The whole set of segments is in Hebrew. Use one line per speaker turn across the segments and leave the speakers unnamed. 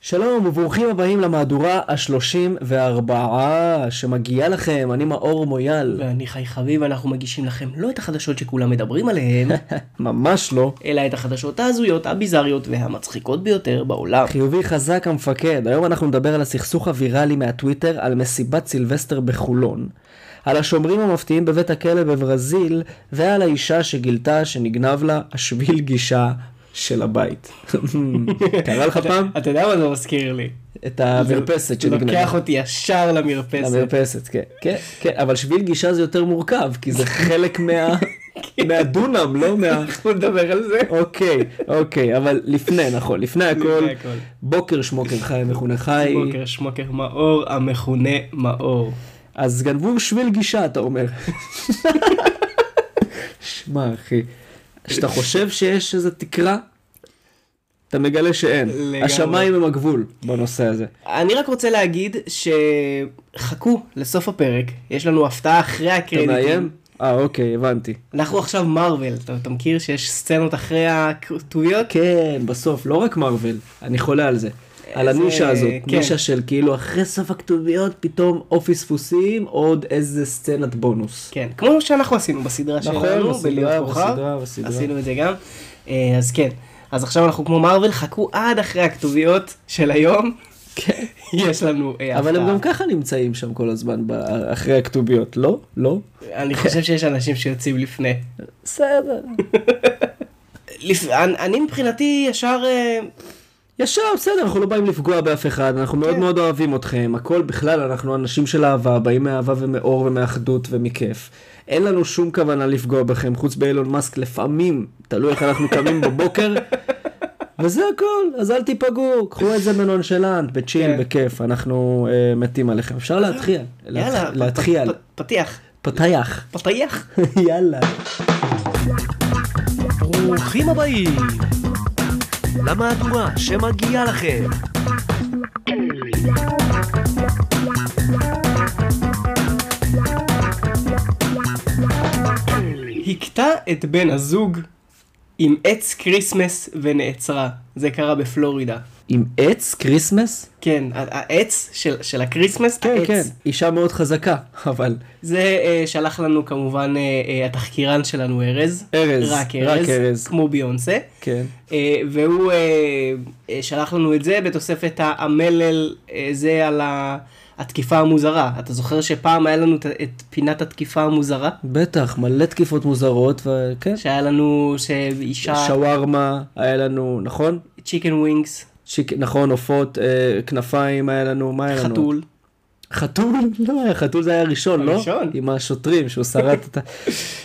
שלום וברוכים הבאים למהדורה ה-34 שמגיעה לכם, אני מאור מויאל.
ואני חי חביב, אנחנו מגישים לכם לא את החדשות שכולם מדברים עליהן,
ממש לא.
אלא את החדשות ההזויות, הביזריות והמצחיקות ביותר בעולם.
חיובי חזק המפקד, היום אנחנו נדבר על הסכסוך הוויראלי מהטוויטר על מסיבת סילבסטר בחולון, על השומרים המפתיעים בבית הכלא בברזיל, ועל האישה שגילתה שנגנב לה השביל גישה. של הבית. קרה לך פעם?
אתה יודע מה זה מזכיר לי?
את המרפסת
זה לוקח
שנגנבה.
אותי ישר למרפסת.
המרפסת, כן, כן, כן, אבל שביל גישה זה יותר מורכב, כי זה חלק מה... מהדונם, לא מה...
אנחנו נדבר על זה.
אוקיי, אוקיי, אבל לפני, נכון, לפני הכל,
לפני הכל.
בוקר שמוקר חי מכונה חי,
בוקר שמוקר מאור המכונה מאור.
אז גנבו שביל גישה, אתה אומר. שמע, אחי, כשאתה חושב שיש איזו תקרה, אתה מגלה שאין.
לגמרי.
השמיים הם הגבול בנושא הזה.
אני רק רוצה להגיד שחכו לסוף הפרק, יש לנו הפתעה אחרי
אתה
הקרדיטים.
מאיים?
כן.
אה, אוקיי, הבנתי.
אנחנו עכשיו מארוול, אתה, אתה מכיר שיש סצנות אחרי הכתוביות?
כן, בסוף, לא רק מארוול, אני חולה על זה. על
איזה-
הנישה הזאת,
כן.
נישה של כאילו אחרי סוף הכתוביות פתאום או פספוסים או עוד איזה סצנת בונוס.
כן, כמו שאנחנו עשינו בסדרה
נכון,
שלנו,
בסדרה,
בלהיות כוכב,
בסדרה, בסדרה.
עשינו את זה גם, אה, אז כן, אז עכשיו אנחנו כמו מארוול, חכו עד אחרי הכתוביות של היום,
כן.
יש לנו אה,
אבל הם
הפתעה.
גם ככה נמצאים שם כל הזמן ב- אחרי הכתוביות, לא? לא?
אני חושב שיש אנשים שיוצאים לפני.
בסדר.
לפ... אני, אני מבחינתי ישר, אה,
ישר, בסדר, אנחנו לא באים לפגוע באף אחד, אנחנו מאוד
כן.
מאוד אוהבים אתכם, הכל בכלל, אנחנו אנשים של אהבה, באים מאהבה ומאור ומאחדות ומכיף. אין לנו שום כוונה לפגוע בכם, חוץ באילון מאסק לפעמים, תלוי איך אנחנו קמים בבוקר. וזה הכל, אז אל תיפגעו, קחו את זה בנונשלנט, בצ'יל,
כן.
בכיף, אנחנו אה, מתים עליכם. אפשר להתחיל,
יאללה,
להתח-
פ-
להתחיל,
פ- פ- פתיח,
פתח.
פתיח.
יאללה.
ברוכים הבאים למהדורה שמגיעה לכם. הכתה את בן הזוג עם עץ כריסמס ונעצרה. זה קרה בפלורידה.
עם עץ כריסמס?
כן, ה- העץ של, של הכריסמס,
כן,
העץ.
כן, אישה מאוד חזקה, אבל
זה אה, שלח לנו כמובן אה, אה, התחקירן שלנו ארז.
ארז,
רק
רק
ארז.
ארז.
כמו ביונסה.
כן.
אה, והוא אה, אה, שלח לנו את זה בתוספת ה- המלל, אה, זה על ה- התקיפה המוזרה. אתה זוכר שפעם היה לנו את- את פינת התקיפה המוזרה?
בטח, מלא תקיפות מוזרות, וכן,
שהיה לנו שאישה,
שווארמה היה לנו, נכון?
צ'יקן ווינגס,
שיק, נכון, עופות, אה, כנפיים היה לנו, מה היה לנו?
חתול.
חתול? לא, היה חתול זה היה הראשון, לא?
הראשון.
עם השוטרים, שהוא שרט את ה...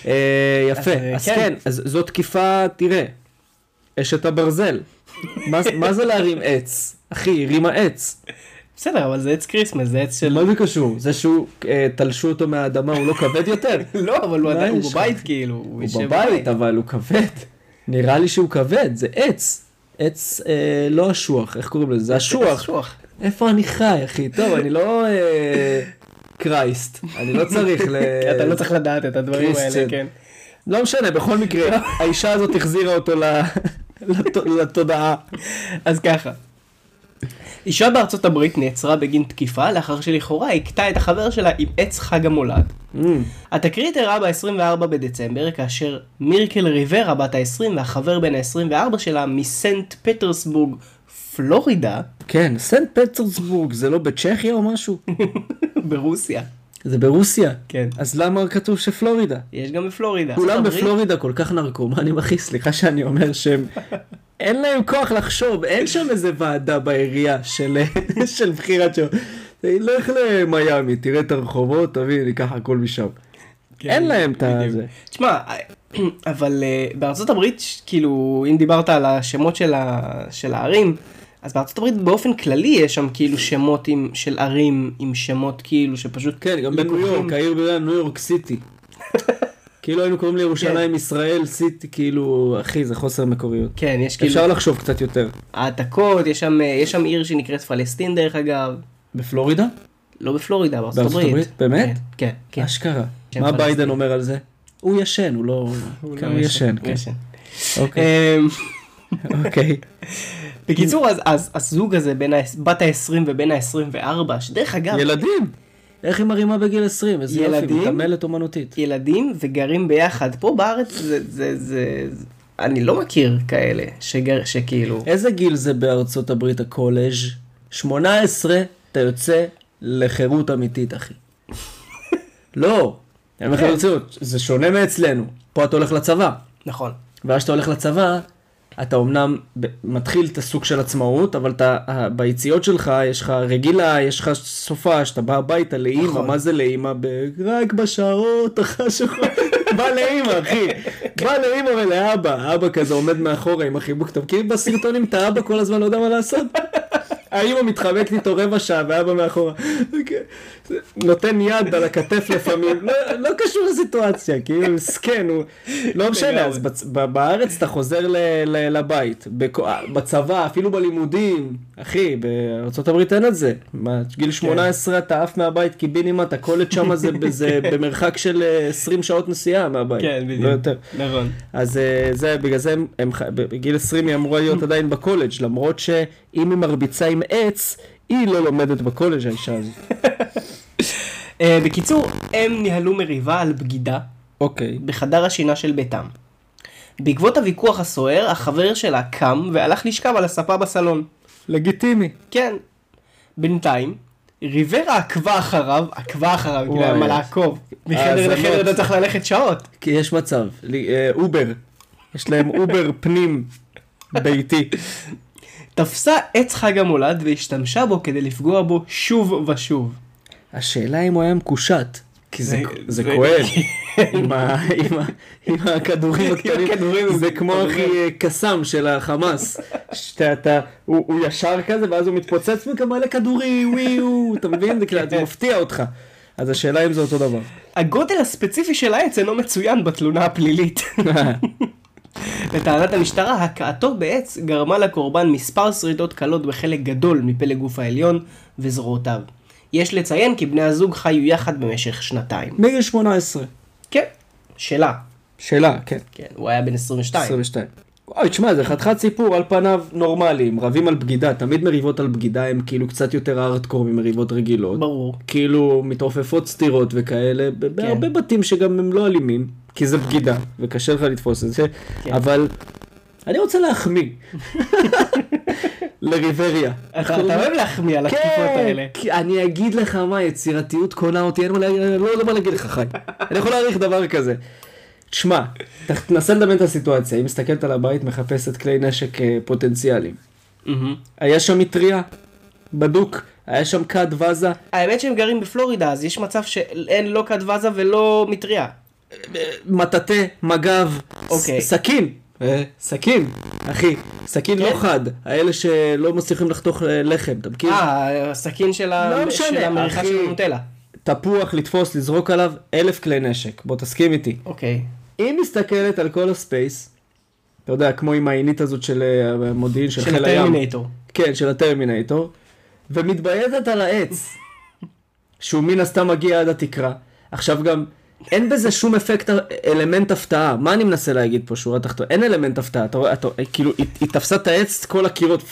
אה, יפה,
אז, אה,
אז
כן.
כן, אז זו תקיפה, תראה, אשת הברזל. מה זה- מה זה להרים עץ? אחי, הרימה עץ.
בסדר, אבל זה עץ כריסמס, זה עץ של...
מה זה קשור? זה שהוא, אה, תלשו אותו מהאדמה, הוא לא כבד יותר?
לא, אבל הוא
מה
עדיין,
יש
הוא
לך?
בבית כאילו. יושב
הוא בבית, אבל הוא כבד. נראה לי שהוא כבד, זה עץ. עץ, אה, לא אשוח, איך קוראים לזה? זה אשוח.
שוח.
איפה אני חי, אחי? טוב, אני לא אה, קרייסט. אני לא צריך ל...
אתה לא צריך לדעת את הדברים
קריסטיאן.
האלה, כן.
לא משנה, בכל מקרה, האישה הזאת החזירה אותו ל- לת- לתודעה.
אז ככה. אישה בארצות הברית נעצרה בגין תקיפה לאחר שלכאורה הכתה את החבר שלה עם עץ חג המולד.
Mm.
התקרית אירעה ב-24 בדצמבר, כאשר מירקל ריברה בת ה-20 והחבר בן ה-24 שלה מסנט פטרסבורג, פלורידה,
כן, סנט פטרסבורג, זה לא בצ'כיה או משהו?
ברוסיה.
זה ברוסיה.
כן.
אז למה כתוב שפלורידה?
יש גם בפלורידה.
כולם
ארצות הברית-
בפלורידה כל כך נרקומנים, אחי, סליחה שאני אומר שהם... אין להם כוח לחשוב, אין שם איזה ועדה בעירייה של, של בחירת שם. לך למיאמי, תראה את הרחובות, תביא, ניקח הכל משם.
כן,
אין להם את
בדיוק.
הזה.
תשמע, אבל אה, בארצות הברית, ש- כאילו, אם דיברת על השמות של, ה... של הערים, אז בארצות הברית באופן כללי יש שם כאילו שמות עם... של ערים עם שמות כאילו שפשוט...
כן, גם
לקוחים.
בניו יורק, העיר בגלל ניו יורק סיטי. כאילו היינו קוראים לירושלים ישראל סיטי, כאילו, אחי, זה חוסר מקוריות.
כן, יש כאילו
אפשר לחשוב קצת יותר.
העתקות, יש שם, אה, יש שם עיר שנקראת פלסטין דרך אגב,
בפלורידה?
לא בפלורידה, בארצות,
בארצות הברית? באמת?
כן, כן. כן.
אשכרה.
שם
מה
פלסטיני.
ביידן אומר על זה? הוא ישן, הוא לא... כן, הוא ישן,
הוא
כן.
ישן.
אוקיי.
אמ,
אוקיי.
בקיצור, אז, אז הזוג הזה בין ה... בת ה-20 ובין ה-24, שדרך אגב,
ילדים! איך היא מרימה בגיל 20? איזה יופי,
ילדים?
מתעמלת אומנותית.
ילדים וגרים ביחד. פה בארץ זה, זה, זה, זה אני לא מכיר כאלה שגר, שכאילו,
איזה גיל זה בארצות הברית הקולג'? 18, אתה יוצא לחירות אמיתית, אחי. לא, אני אומר לך
כן.
ברצינות, זה שונה מאצלנו. פה אתה הולך לצבא,
נכון,
ואז כשאתה הולך לצבא, אתה אמנם ב- מתחיל את הסוג של עצמאות, אבל אתה, ה- ביציאות שלך, יש לך רגילה, יש לך סופה, שאתה בא הביתה לאימא,
נכון.
מה זה לאימא? ב- רק בשעות החשוכות. בא לאימא, אחי. בא לאימא ולאבא. אבא כזה עומד מאחורה עם החיבוק. אתה מכיר בסרטונים את האבא כל הזמן לא יודע מה לעשות? האמא מתחבקת איתו רבע שעה ואבא מאחורה. אוקיי. נותן יד על הכתף לפעמים. לא- לא קשור לסיטואציה, כאילו, מסכן, הוא... לא משנה,
לגמרי.
אז בצ- ב- בארץ אתה חוזר ל- ל- לבית, בכו- בצבא, אפילו בלימודים, אחי, בארה"ב אין את זה. מה,
כן.
גיל 18 אתה עף מהבית קיבינימט, הקולט שם זה בזה- במרחק של אה, 20 שעות נסיעה מהבית.
כן, בדיוק,
לא יותר.
נכון,
אז אה, זה, בגלל זה הם, הם, ח- בגיל 20 היא אמורה להיות עדיין בקולג', למרות שאם היא מרביצה עם עץ, היא לא לומדת בקולג' האישה הזאת.
אה, בקיצור, הם ניהלו מריבה על בגידה
אוקיי.
בחדר השינה של ביתם. בעקבות הוויכוח הסוער, החבר שלה קם והלך לשכב על הספה בסלון.
לגיטימי.
כן. בינתיים, ריברה עקבה אחריו, עקבה אחריו, כי לא היה
וואי. אה,
מה לעקוב. מחדר
האזנות.
לחדר אתה צריך ללכת שעות.
כי יש מצב, לי- אה, אובר. יש להם אובר פנים ביתי.
תפסה עץ חג המולד והשתמשה בו כדי לפגוע בו שוב ושוב.
השאלה אם הוא היה מקושט. כי זה,
זה-
זה,
זה-
כואב, עם, ה, עם, ה, עם הכדורים הקטנים,
הכדורים.
זה כמו הכי אה, קסאם של החמאס, שאתה, אתה, הוא, הוא ישר כזה ואז הוא מתפוצץ מכם מלא כדורים, וואי וואו, אתה מבין? זה כאילו, זה מפתיע אותך. אז השאלה אם זה אותו דבר.
הגודל הספציפי של העץ אינו מצוין בתלונה הפלילית. לטענת המשטרה, הכאתו בעץ גרמה לקורבן מספר שריטות קלות בחלק גדול מפלג גוף העליון וזרועותיו. יש לציין כי בני הזוג חיו יחד במשך שנתיים.
מגיל 18.
כן, שלה.
שאלה, כן.
כן, הוא היה בן 22.
22. אוי, תשמע, זה חתיכת סיפור על פניו נורמלי, הם רבים על בגידה, תמיד מריבות על בגידה הם כאילו קצת יותר ארדקור ממריבות רגילות.
ברור.
כאילו מתעופפות סתירות וכאלה, ב-
כן.
בהרבה בתים שגם הם לא אלימים, כי זה בגידה, וקשה לך לתפוס את זה,
כן.
אבל אני רוצה להחמיא לריבריה. כן,
אתה אתה אוהב להחמיא על התקיפות האלה.
כי אני אגיד לך מה, יצירתיות קונה אותי, אין מה להגיד, אני לא יודע מה להגיד לך, חי. אני יכול להעריך דבר כזה. תשמע, ת- תנסה לדמיין את הסיטואציה, היא מסתכלת על הבית, מחפשת כלי נשק אה, פוטנציאליים.
מהמם.
היה שם מטריה, בדוק, היה שם כד וזה,
האמת שהם גרים בפלורידה, אז יש מצב שאין לא קדווזה ולא מטריה.
מטאטא, מג"ב,
אוקיי.
ס- סכין. אה, סכין, אחי, סכין לא
כן.
חד, האלה שלא מצליחים לחתוך אה, לחם, אתה מכיר?
אה, הסכין של ה-
לא משנה,
של המריחה
אחי.
של הנוטלה.
תפוח, לתפוס, לזרוק עליו, אלף כלי נשק, בוא תסכים איתי.
אוקיי.
היא מסתכלת על כל הספייס, אתה יודע, כמו עם העינית הזאת של אה, המודיעין של,
של
חיל הים.
הטרמינטור.
כן, של הטרמינטור, ומתבייתת על העץ, שהוא מן הסתם מגיע עד התקרה. עכשיו גם, אין בזה שום אפקט, אלמנט הפתעה. מה אני מנסה להגיד פה, שורה תחתונה? אין אלמנט הפתעה, אתה רואה, אתה, כאילו, היא, היא תפסה את העץ, כל הקירות,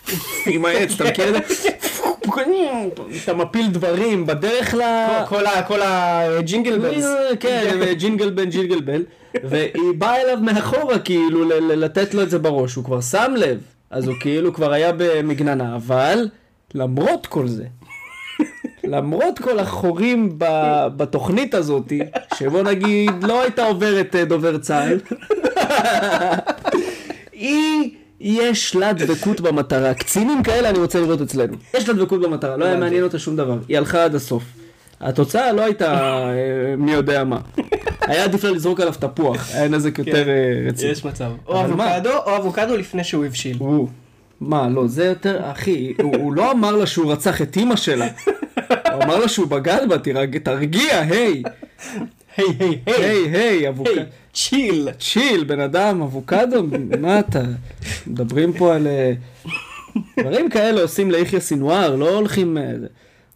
עם העץ, אתה מכיר את זה? אתה מפיל דברים בדרך ל...
כל ה- כל הג'ינגל בלס.
כן, ג'ינגל בן ג'ינגל בל, והיא באה אליו מאחורה כאילו ל- ל- לתת לו את זה בראש, הוא כבר שם לב, אז הוא כאילו כבר היה במגננה, אבל למרות כל זה, למרות כל החורים ב- בתוכנית הזאת, שבוא נגיד לא הייתה עוברת אה, דובר צה"ל, היא... יש לה דבקות במטרה, קצינים כאלה אני רוצה לראות אצלנו. יש לה דבקות במטרה, לא היה מעניין אותה שום דבר, היא הלכה עד הסוף. התוצאה לא הייתה אה, מי יודע מה. היה עדיף לה לזרוק עליו תפוח, היה נזק יותר אה, רציני.
יש מצב. או
אבל מה?
אבוקדו, או אבוקדו לפני שהוא הבשיל.
הוא, מה, לא, זה יותר, אחי, הוא, הוא לא אמר לה שהוא רצח את אימא שלה. הוא אמר לה שהוא בגד בה, תרג- תרגיע, היי,
היי היי היי.
היי, היי, אבוקדו.
היי, צ'יל.
צ'יל, בן אדם, אבוקדו, מה אתה? מדברים פה על... אה, דברים כאלה עושים ליחיא סינואר, לא הולכים... אה, זה.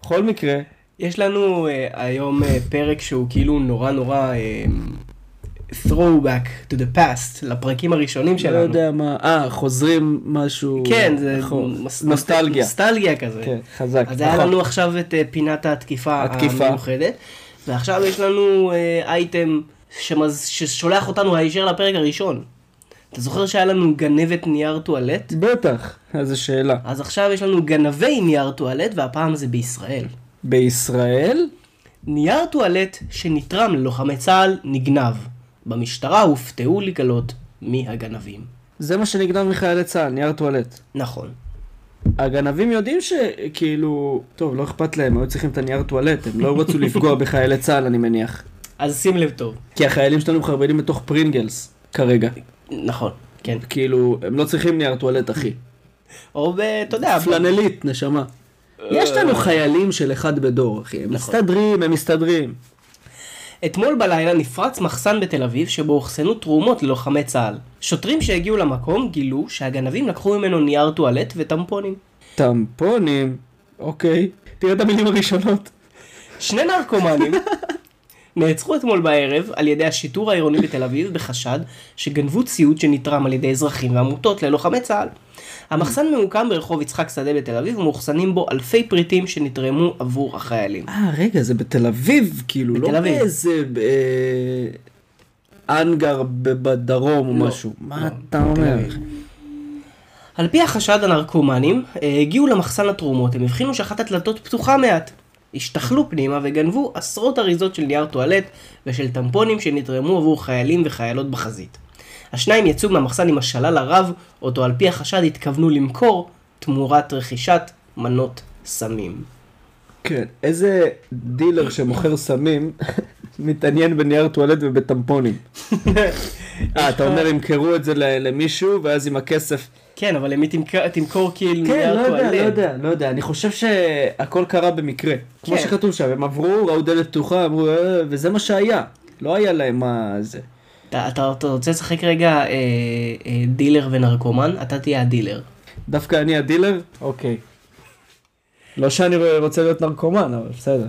בכל מקרה,
יש לנו אה, היום אה, פרק שהוא כאילו נורא נורא אה, throwback to the past, לפרקים הראשונים
לא
שלנו.
יודע מה, אה, חוזרים משהו.
כן, זה
נכון.
מס-
נוסטלגיה.
נוסטלגיה כזה.
כן, חזק.
אז היה
נכון.
לנו עכשיו את אה, פינת התקיפה
התקיפה.
המיוחדת, ועכשיו יש לנו אה, אייטם שמז- ששולח אותנו הישר לפרק הראשון. אתה זוכר שהיה לנו גנבת נייר טואלט?
בטח, אז זו שאלה.
אז עכשיו יש לנו גנבי נייר טואלט, והפעם זה בישראל.
בישראל?
נייר טואלט שנתרם ללוחמי צה"ל נגנב. במשטרה הופתעו לגלות מי הגנבים.
זה מה שנגנב מחיילי צה"ל, נייר טואלט.
נכון.
הגנבים יודעים שכאילו, טוב, לא אכפת להם, היו צריכים את הנייר טואלט, הם לא רצו לפגוע בחיילי צה"ל, אני מניח.
אז שים לב טוב.
כי החיילים שלנו מחרבנים בתוך פרינגלס, כרגע.
נכון, כן.
כאילו, הם לא צריכים נייר טואלט, אחי.
או ב... אתה יודע,
פלנלית, נשמה. יש לנו חיילים של אחד בדור, אחי. הם מסתדרים, הם מסתדרים.
אתמול בלילה נפרץ מחסן בתל אביב שבו אוחסנו תרומות ללוחמי צה"ל. שוטרים שהגיעו למקום גילו שהגנבים לקחו ממנו נייר טואלט וטמפונים.
טמפונים, אוקיי. תראה את המילים הראשונות.
שני נרקומנים נעצרו אתמול בערב על ידי השיטור העירוני בתל אביב בחשד שגנבו ציוד שנתרם על ידי אזרחים ועמותות ללוחמי צה"ל. המחסן ממוקם ברחוב יצחק שדה בתל אביב ומאוחסנים בו אלפי פריטים שנתרמו עבור החיילים.
אה, רגע, זה בתל אב, כאילו,
בתל
לא
אביב.
באיזה אה, אנגר ב- בדרום או
לא,
משהו.
לא,
מה אתה אומר?
אביב. על פי החשד הנרקומנים אה, הגיעו למחסן התרומות, הם הבחינו שאחת הדלתות פתוחה מעט. השתחלו פנימה וגנבו עשרות אריזות של נייר טואלט ושל טמפונים שנתרמו עבור חיילים וחיילות בחזית. השניים יצאו מהמחסן עם השלל הרב, אותו על פי החשד התכוונו למכור תמורת רכישת מנות סמים.
כן, איזה דילר שמוכר סמים מתעניין בנייר טואלט ובטמפונים. אה, אתה אומר, ימכרו את זה ל- למישהו, ואז עם הכסף...
כן, אבל למי תמכור, תמכור כאילו
כן,
נייר
לא
טואלט?
יודע, לא יודע, לא יודע. אני חושב שהכל קרה במקרה. כמו
כן.
שכתוב שם, הם עברו, ראו דלת פתוחה, אמרו, "אה", וזה מה שהיה. לא היה להם מה זה.
אתה, אתה, אתה רוצה לשחק רגע אה, אה, דילר ונרקומן? אתה תהיה הדילר.
דווקא אני הדילר? אוקיי. לא שאני רוצה להיות נרקומן, אבל בסדר.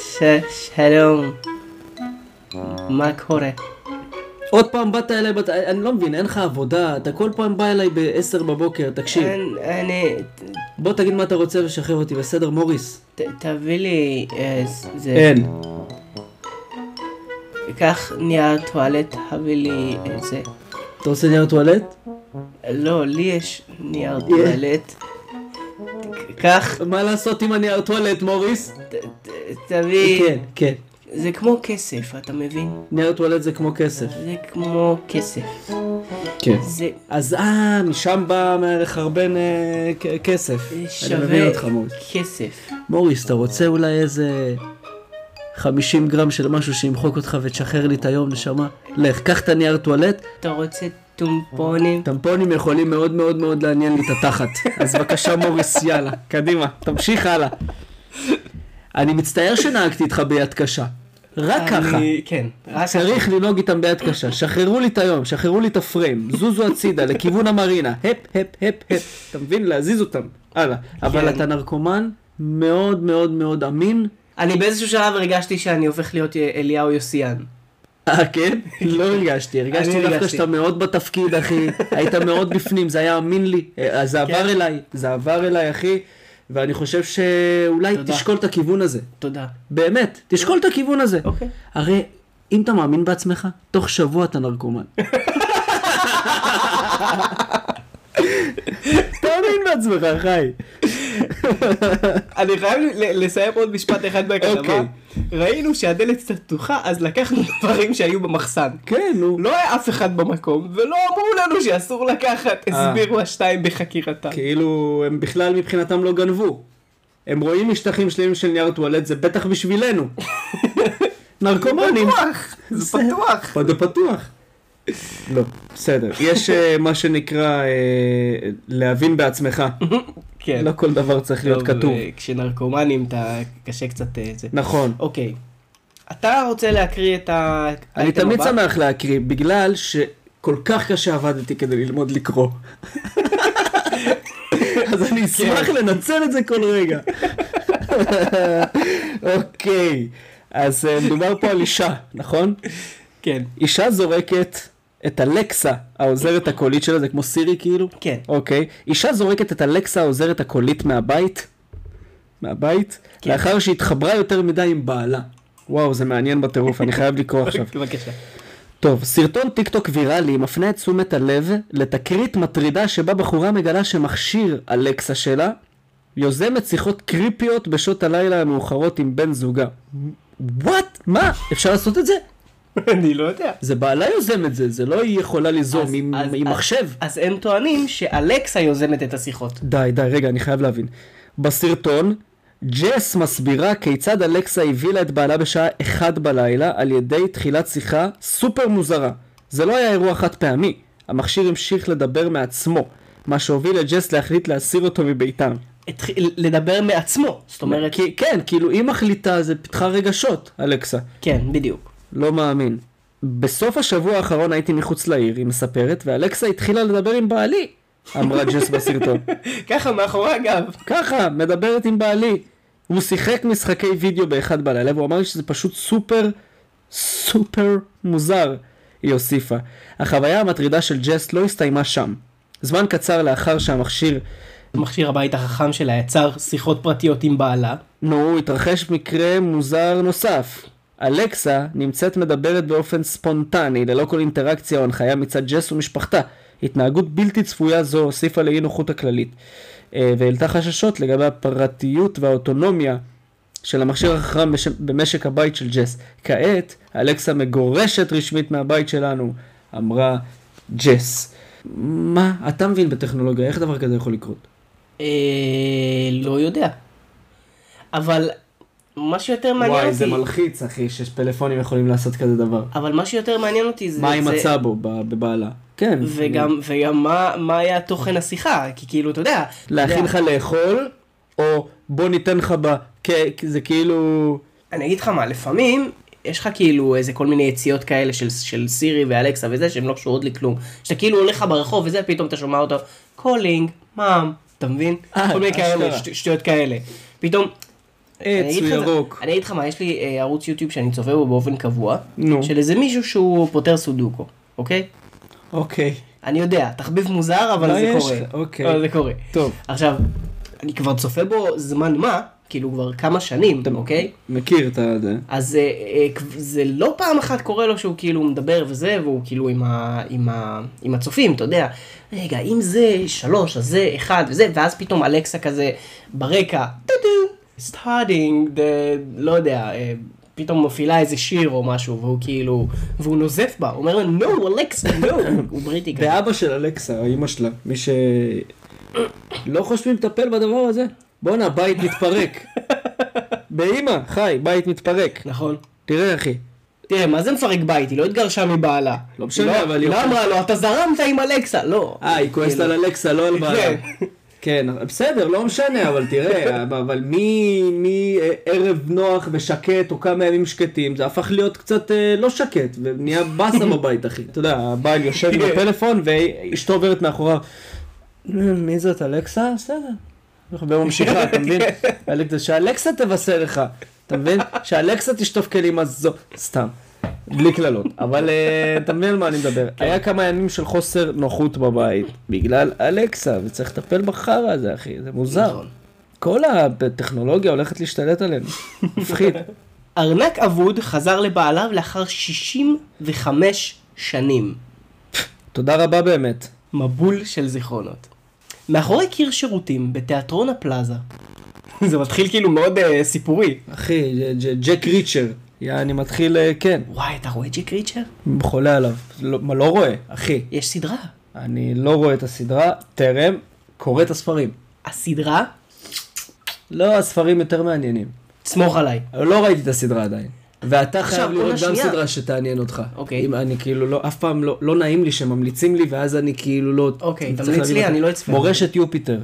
ש... שלום.
אה.
מה קורה?
עוד פעם באת אליי, בת... אני לא מבין, אין לך עבודה, אתה כל פעם בא אליי ב-10 בבוקר, תקשיב.
אין- אני...
בוא תגיד מה אתה רוצה ושחרר אותי, בסדר, מוריס?
ת- תביא לי... אה, ז- זה...
אין.
קח נייר טואלט, תביא לי את זה.
אתה רוצה נייר טואלט?
לא, לי יש
אה.
נייר טואלט. ק- קח,
מה לעשות עם הנייר טואלט, מוריס?
ת- ת- תביא...
כן, כן.
זה כמו כסף, אתה מבין?
נייר טואלט זה כמו כסף.
זה כמו כסף.
כן.
זה...
אז אה, משם בא לחרבן אה, כ- כסף.
זה
אני מבין
שווה
אותך, מוריס.
כסף.
מוריס, אתה רוצה אולי איזה 50 גרם של משהו שימחוק אותך ותשחרר לי את היום, נשמה? לך, קח את הנייר טואלט,
אתה רוצה טומפונים?
טמפונים יכולים מאוד מאוד מאוד לעניין לי את התחת. אז בבקשה, מוריס, יאללה, קדימה, תמשיך הלאה. אני מצטער שנהגתי איתך ביד קשה. רק ככה.
אני- כן. רק
צריך לנהוג איתם ביד קשה, שחררו לי את היום, שחררו לי את הפריים, זוזו הצידה, לכיוון המרינה, הפ, הפ, הפ, הפ, אתה מבין? להזיז אותם, הלאה.
כן.
אבל אתה נרקומן מאוד מאוד מאוד אמין.
אני באיזשהו שלב הרגשתי שאני הופך להיות אה, אליהו יוסיאן.
אה, כן? לא הרגשתי, הרגשתי
אני
דווקא
הרגשתי.
שאתה מאוד בתפקיד, אחי, היית מאוד בפנים, זה היה אמין לי, אה, זה
כן.
עבר אליי, זה עבר אליי, אחי, ואני חושב שאולי
תודה.
תשקול את הכיוון הזה.
תודה.
באמת, תשקול את הכיוון הזה.
אוקיי.
הרי אם אתה מאמין בעצמך, תוך שבוע אתה נרקומן. תאמין בעצמך, חי.
אני חייב ל- לסיים עוד משפט אחד מהכתבה.
אוקיי.
ראינו שהדלת קצת פתוחה, אז לקחנו דברים שהיו במחסן.
כן, נו.
לא היה אף אחד במקום, ולא אמרו לנו שאסור לקחת,
אה.
הסבירו השתיים בחקירתם.
כאילו, הם בכלל מבחינתם לא גנבו. הם רואים משטחים שלמים של נייר טואלט, זה בטח בשבילנו. נרקומנים.
פתוח, לא זה פתוח.
עוד פתוח. לא, בסדר. יש אה, מה שנקרא אה, להבין בעצמך.
כן.
לא כל דבר צריך להיות
טוב,
כתוב.
אה, כשנרקומנים אתה קשה קצת אה, זה.
נכון.
אוקיי. אתה רוצה להקריא את ה...
אני
האייטם
תמיד
הבא?
שמח להקריא, בגלל שכל כך קשה עבדתי כדי ללמוד לקרוא. אז
כן.
אני אשמח לנצל את זה כל רגע. אוקיי, אז אה, מדובר פה על אישה, נכון?
כן.
אישה זורקת את אלקסה, העוזרת הקולית שלה, זה כמו סירי כאילו?
כן.
אוקיי. אישה זורקת את אלקסה, העוזרת הקולית מהבית, מהבית,
כן.
לאחר שהתחברה יותר מדי עם בעלה. וואו, זה מעניין בטירוף, אני חייב לקרוא עכשיו.
בבקשה.
טוב, סרטון טיקטוק ויראלי מפנה את תשומת הלב לתקרית מטרידה שבה בחורה מגלה שמכשיר אלקסה שלה יוזמת שיחות קריפיות בשעות הלילה המאוחרות עם בן זוגה. וואט? מה? אפשר לעשות את זה?
אני לא יודע.
זה בעלה יוזם את זה, זה לא היא יכולה ליזום
אז-
עם,
אז-
עם
אז-
מחשב.
אז הם טוענים שאלקסה יוזמת את השיחות.
די, די, רגע, אני חייב להבין. בסרטון, ג'ס מסבירה כיצד אלכסה הבילה את בעלה בשעה 1 בלילה על ידי תחילת שיחה סופר מוזרה. זה לא היה אירוע חד פעמי, המכשיר המשיך לדבר מעצמו, מה שהוביל את ג'ס להחליט להסיר אותו מביתם.
התחיל לדבר מעצמו. זאת אומרת,
כי, כן, כאילו היא מחליטה, זה פיתחה רגשות, אלכסה.
כן, בדיוק.
לא מאמין. בסוף השבוע האחרון הייתי מחוץ לעיר, היא מספרת, ואלכסה התחילה לדבר עם בעלי, אמרה ג'ס בסרטון.
ככה, מאחורי הגב.
ככה, מדברת עם בעלי. הוא שיחק משחקי וידאו באחד בלילה, והוא אמר לי שזה פשוט סופר, סופר מוזר, היא הוסיפה. החוויה המטרידה של ג'ס לא הסתיימה שם. זמן קצר לאחר שהמכשיר,
מכשיר הבית החכם שלה יצר שיחות פרטיות עם בעלה.
נו, התרחש מקרה מוזר נוסף. אלכסה נמצאת מדברת באופן ספונטני, ללא כל אינטראקציה או הנחיה מצד ג'ס ומשפחתה. התנהגות בלתי צפויה זו הוסיפה לאי נוחות הכללית, אה, והעלתה חששות לגבי הפרטיות והאוטונומיה של המכשיר החכם בש- במשק הבית של ג'ס. כעת, אלכסה מגורשת רשמית מהבית שלנו, אמרה ג'ס. מה, אתה מבין בטכנולוגיה, איך דבר כזה יכול לקרות?
אה... לא יודע. אבל מה שיותר מעניין
וואי, זה
אותי,
מלחיץ, אחי, שפלאפונים יכולים לעשות כזה דבר.
אבל מה שיותר מעניין אותי זה,
מה היא
זה-
מצאה בו ב- בבעלה. כן.
וגם, וגם מה, מה היה תוכן השיחה, כי כאילו, אתה יודע,
להכין
אתה
לך
יודע,
לאכול, או בוא ניתן לך ב... כ- זה כאילו...
אני אגיד לך מה, לפעמים יש לך כאילו איזה כל מיני יציאות כאלה של, של סירי ואלקסה וזה, שהן לא קשורות לכלום, שאתה כאילו הולך לך ברחוב וזה, פתאום אתה שומע אותו, קולינג, מאם, אתה מבין?
אה,
כל מיני כאלה,
אשכרה.
שט- שטויות כאלה. פתאום,
עץ,
אה, אני אגיד
הוא
לך זה-
ירוק.
אני אגיד לך מה, יש לי אה, ערוץ יוטיוב שאני צופה בו באופן קבוע,
נו.
של איזה מישהו שהוא פותר סודוקו, אוקיי?
אוקיי.
אני יודע, תחביב מוזר, אבל
מה
זה
יש
קורה.
לך? אוקיי.
אבל זה קורה.
טוב.
עכשיו, אני כבר צופה בו זמן מה, כאילו כבר כמה שנים, אוקיי?
מכיר את ה... זה.
אז אה, אה, כב- זה לא פעם אחת קורה לו שהוא כאילו מדבר וזה, והוא כאילו עם, ה, עם, ה, עם הצופים, אתה יודע, רגע, אם זה שלוש, אז זה אחד וזה, ואז פתאום אלקסה כזה ברקע, טו-טו, סטארטינג, לא יודע, אה, פתאום מפעילה איזה שיר או משהו, והוא כאילו, והוא נוזף בה, הוא אומר לה, נו, אלקסה, נו, הוא בריטי כזה.
ואבא של אלכסה, או אימא שלה, מי ש... לא חושבים לטפל בדבר הזה? בואנה, בית מתפרק. באימא, חי, בית מתפרק.
נכון.
תראה, אחי.
תראה, מה זה מפרק בית? היא לא התגרשה מבעלה.
לא משנה, אבל היא-
היא לא אמרה לו, אתה זרמת עם אלקסה, לא.
אה, היא כועסת
כאילו,
על אלכסה, לא על בעלה. כן, בסדר, לא משנה, אבל תראה, אבל מי- מי אה, ערב נוח ושקט או כמה ימים שקטים, זה הפך להיות קצת אה, לא שקט, ונהיה באסה בבית, אחי. אתה יודע, הבעל יושב עם הפלאפון ואשתו עוברת מאחוריו. מי זאת, אלכסה? בסדר. וממשיכה, אתה מבין? אלכסה, שאלכסה תבשר לך, אתה מבין? שאלכסה תשטוף כלים אז זו, סתם. בלי קללות, אבל אה, אתה מבין על מה אני מדבר. היה כמה ימים של חוסר נוחות בבית, בגלל אלכסה, וצריך לטפל בחרא הזה, אחי, זה מוזר.
נכון.
כל הטכנולוגיה הולכת להשתלט עלינו, מפחיד.
ארנק אבוד חזר לבעליו לאחר 65 שנים.
תודה רבה באמת.
מבול של זיכרונות. מאחורי קיר שירותים בתיאטרון הפלאזה. זה מתחיל כאילו מאוד אה, סיפורי.
אחי, ג- ג- ג'ק ריצ'ר, אני מתחיל, אה, כן,
וואי, אתה רואה ג'ק ריצ'ר?
חולה עליו. לא מה, לא רואה, אחי.
יש סדרה.
אני לא רואה את הסדרה, טרם, קורא את הספרים.
הסדרה,
לא, הספרים יותר מעניינים.
תסמוך עליי.
אבל לא ראיתי את הסדרה עדיין. ואתה
עכשיו,
חייב לראות
עונה
גם
שנייה.
סדרה שתעניין אותך.
אוקיי.
אם אני כאילו לא, אף פעם לא, לא נעים לי שממליצים לי, ואז אני כאילו לא...
אוקיי,
אני צריך
תמליץ
להביא
לי,
לך-
אני לא אצפה.
מורשת יופיטר.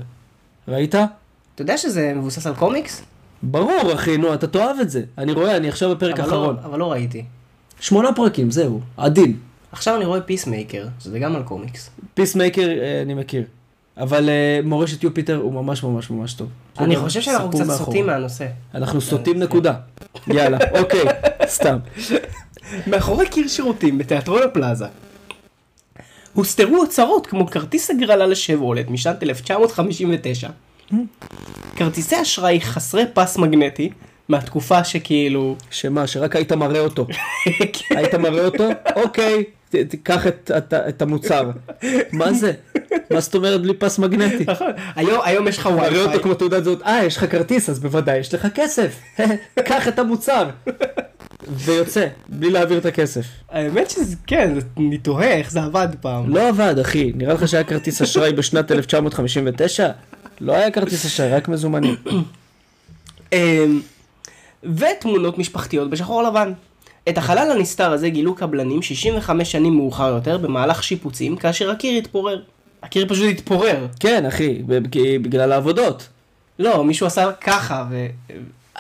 ראית?
אתה יודע שזה מבוסס על קומיקס?
ברור, אחי, נו, אתה תאהב את זה. אני רואה, אני עכשיו בפרק
אבל לא-
האחרון.
אבל לא ראיתי.
שמונה פרקים, זהו, עדין.
עכשיו אני רואה פיסמייקר, שזה גם על קומיקס.
פיסמייקר, אה, אני מכיר. אבל אה, מורשת יופיטר הוא ממש ממש ממש טוב.
אני חושב שאנחנו
סיפור
קצת
מאחורה.
סוטים אה, מהנושא.
אנחנו סוטים נקודה. יאללה, אוקיי, סתם.
מאחורי קיר שירותים בתיאטרון הפלאזה הוסתרו אוצרות כמו כרטיס הגרלה לשברולט משנת 1959. כרטיסי אשראי חסרי פס מגנטי מהתקופה שכאילו...
שמה, שרק היית מראה אותו. היית מראה אותו? אוקיי, ת- תיקח את- את- את המוצר. מה זה? מה זאת אומרת בלי פס מגנטי?
נכון. היום, היום יש לך
מראה אותו
וי-פיי.
כמו תעודת זהות, אה, יש לך כרטיס, אז בוודאי יש לך כסף. קח את המוצר. ויוצא, בלי להעביר את הכסף.
האמת שזה כן, אני תוהה איך זה עבד פעם.
לא עבד, אחי. נראה לך שהיה כרטיס אשראי בשנת 1959? לא היה כרטיס אשראי, רק מזומנים.
אמ, ותמונות משפחתיות בשחור לבן. את החלל הנסתר הזה גילו קבלנים 65 שנים מאוחר יותר במהלך שיפוצים כאשר הקיר התפורר. הקיר פשוט התפורר.
כן, אחי, ב- כי- בגלל העבודות.
לא, מישהו עשה ככה, ו...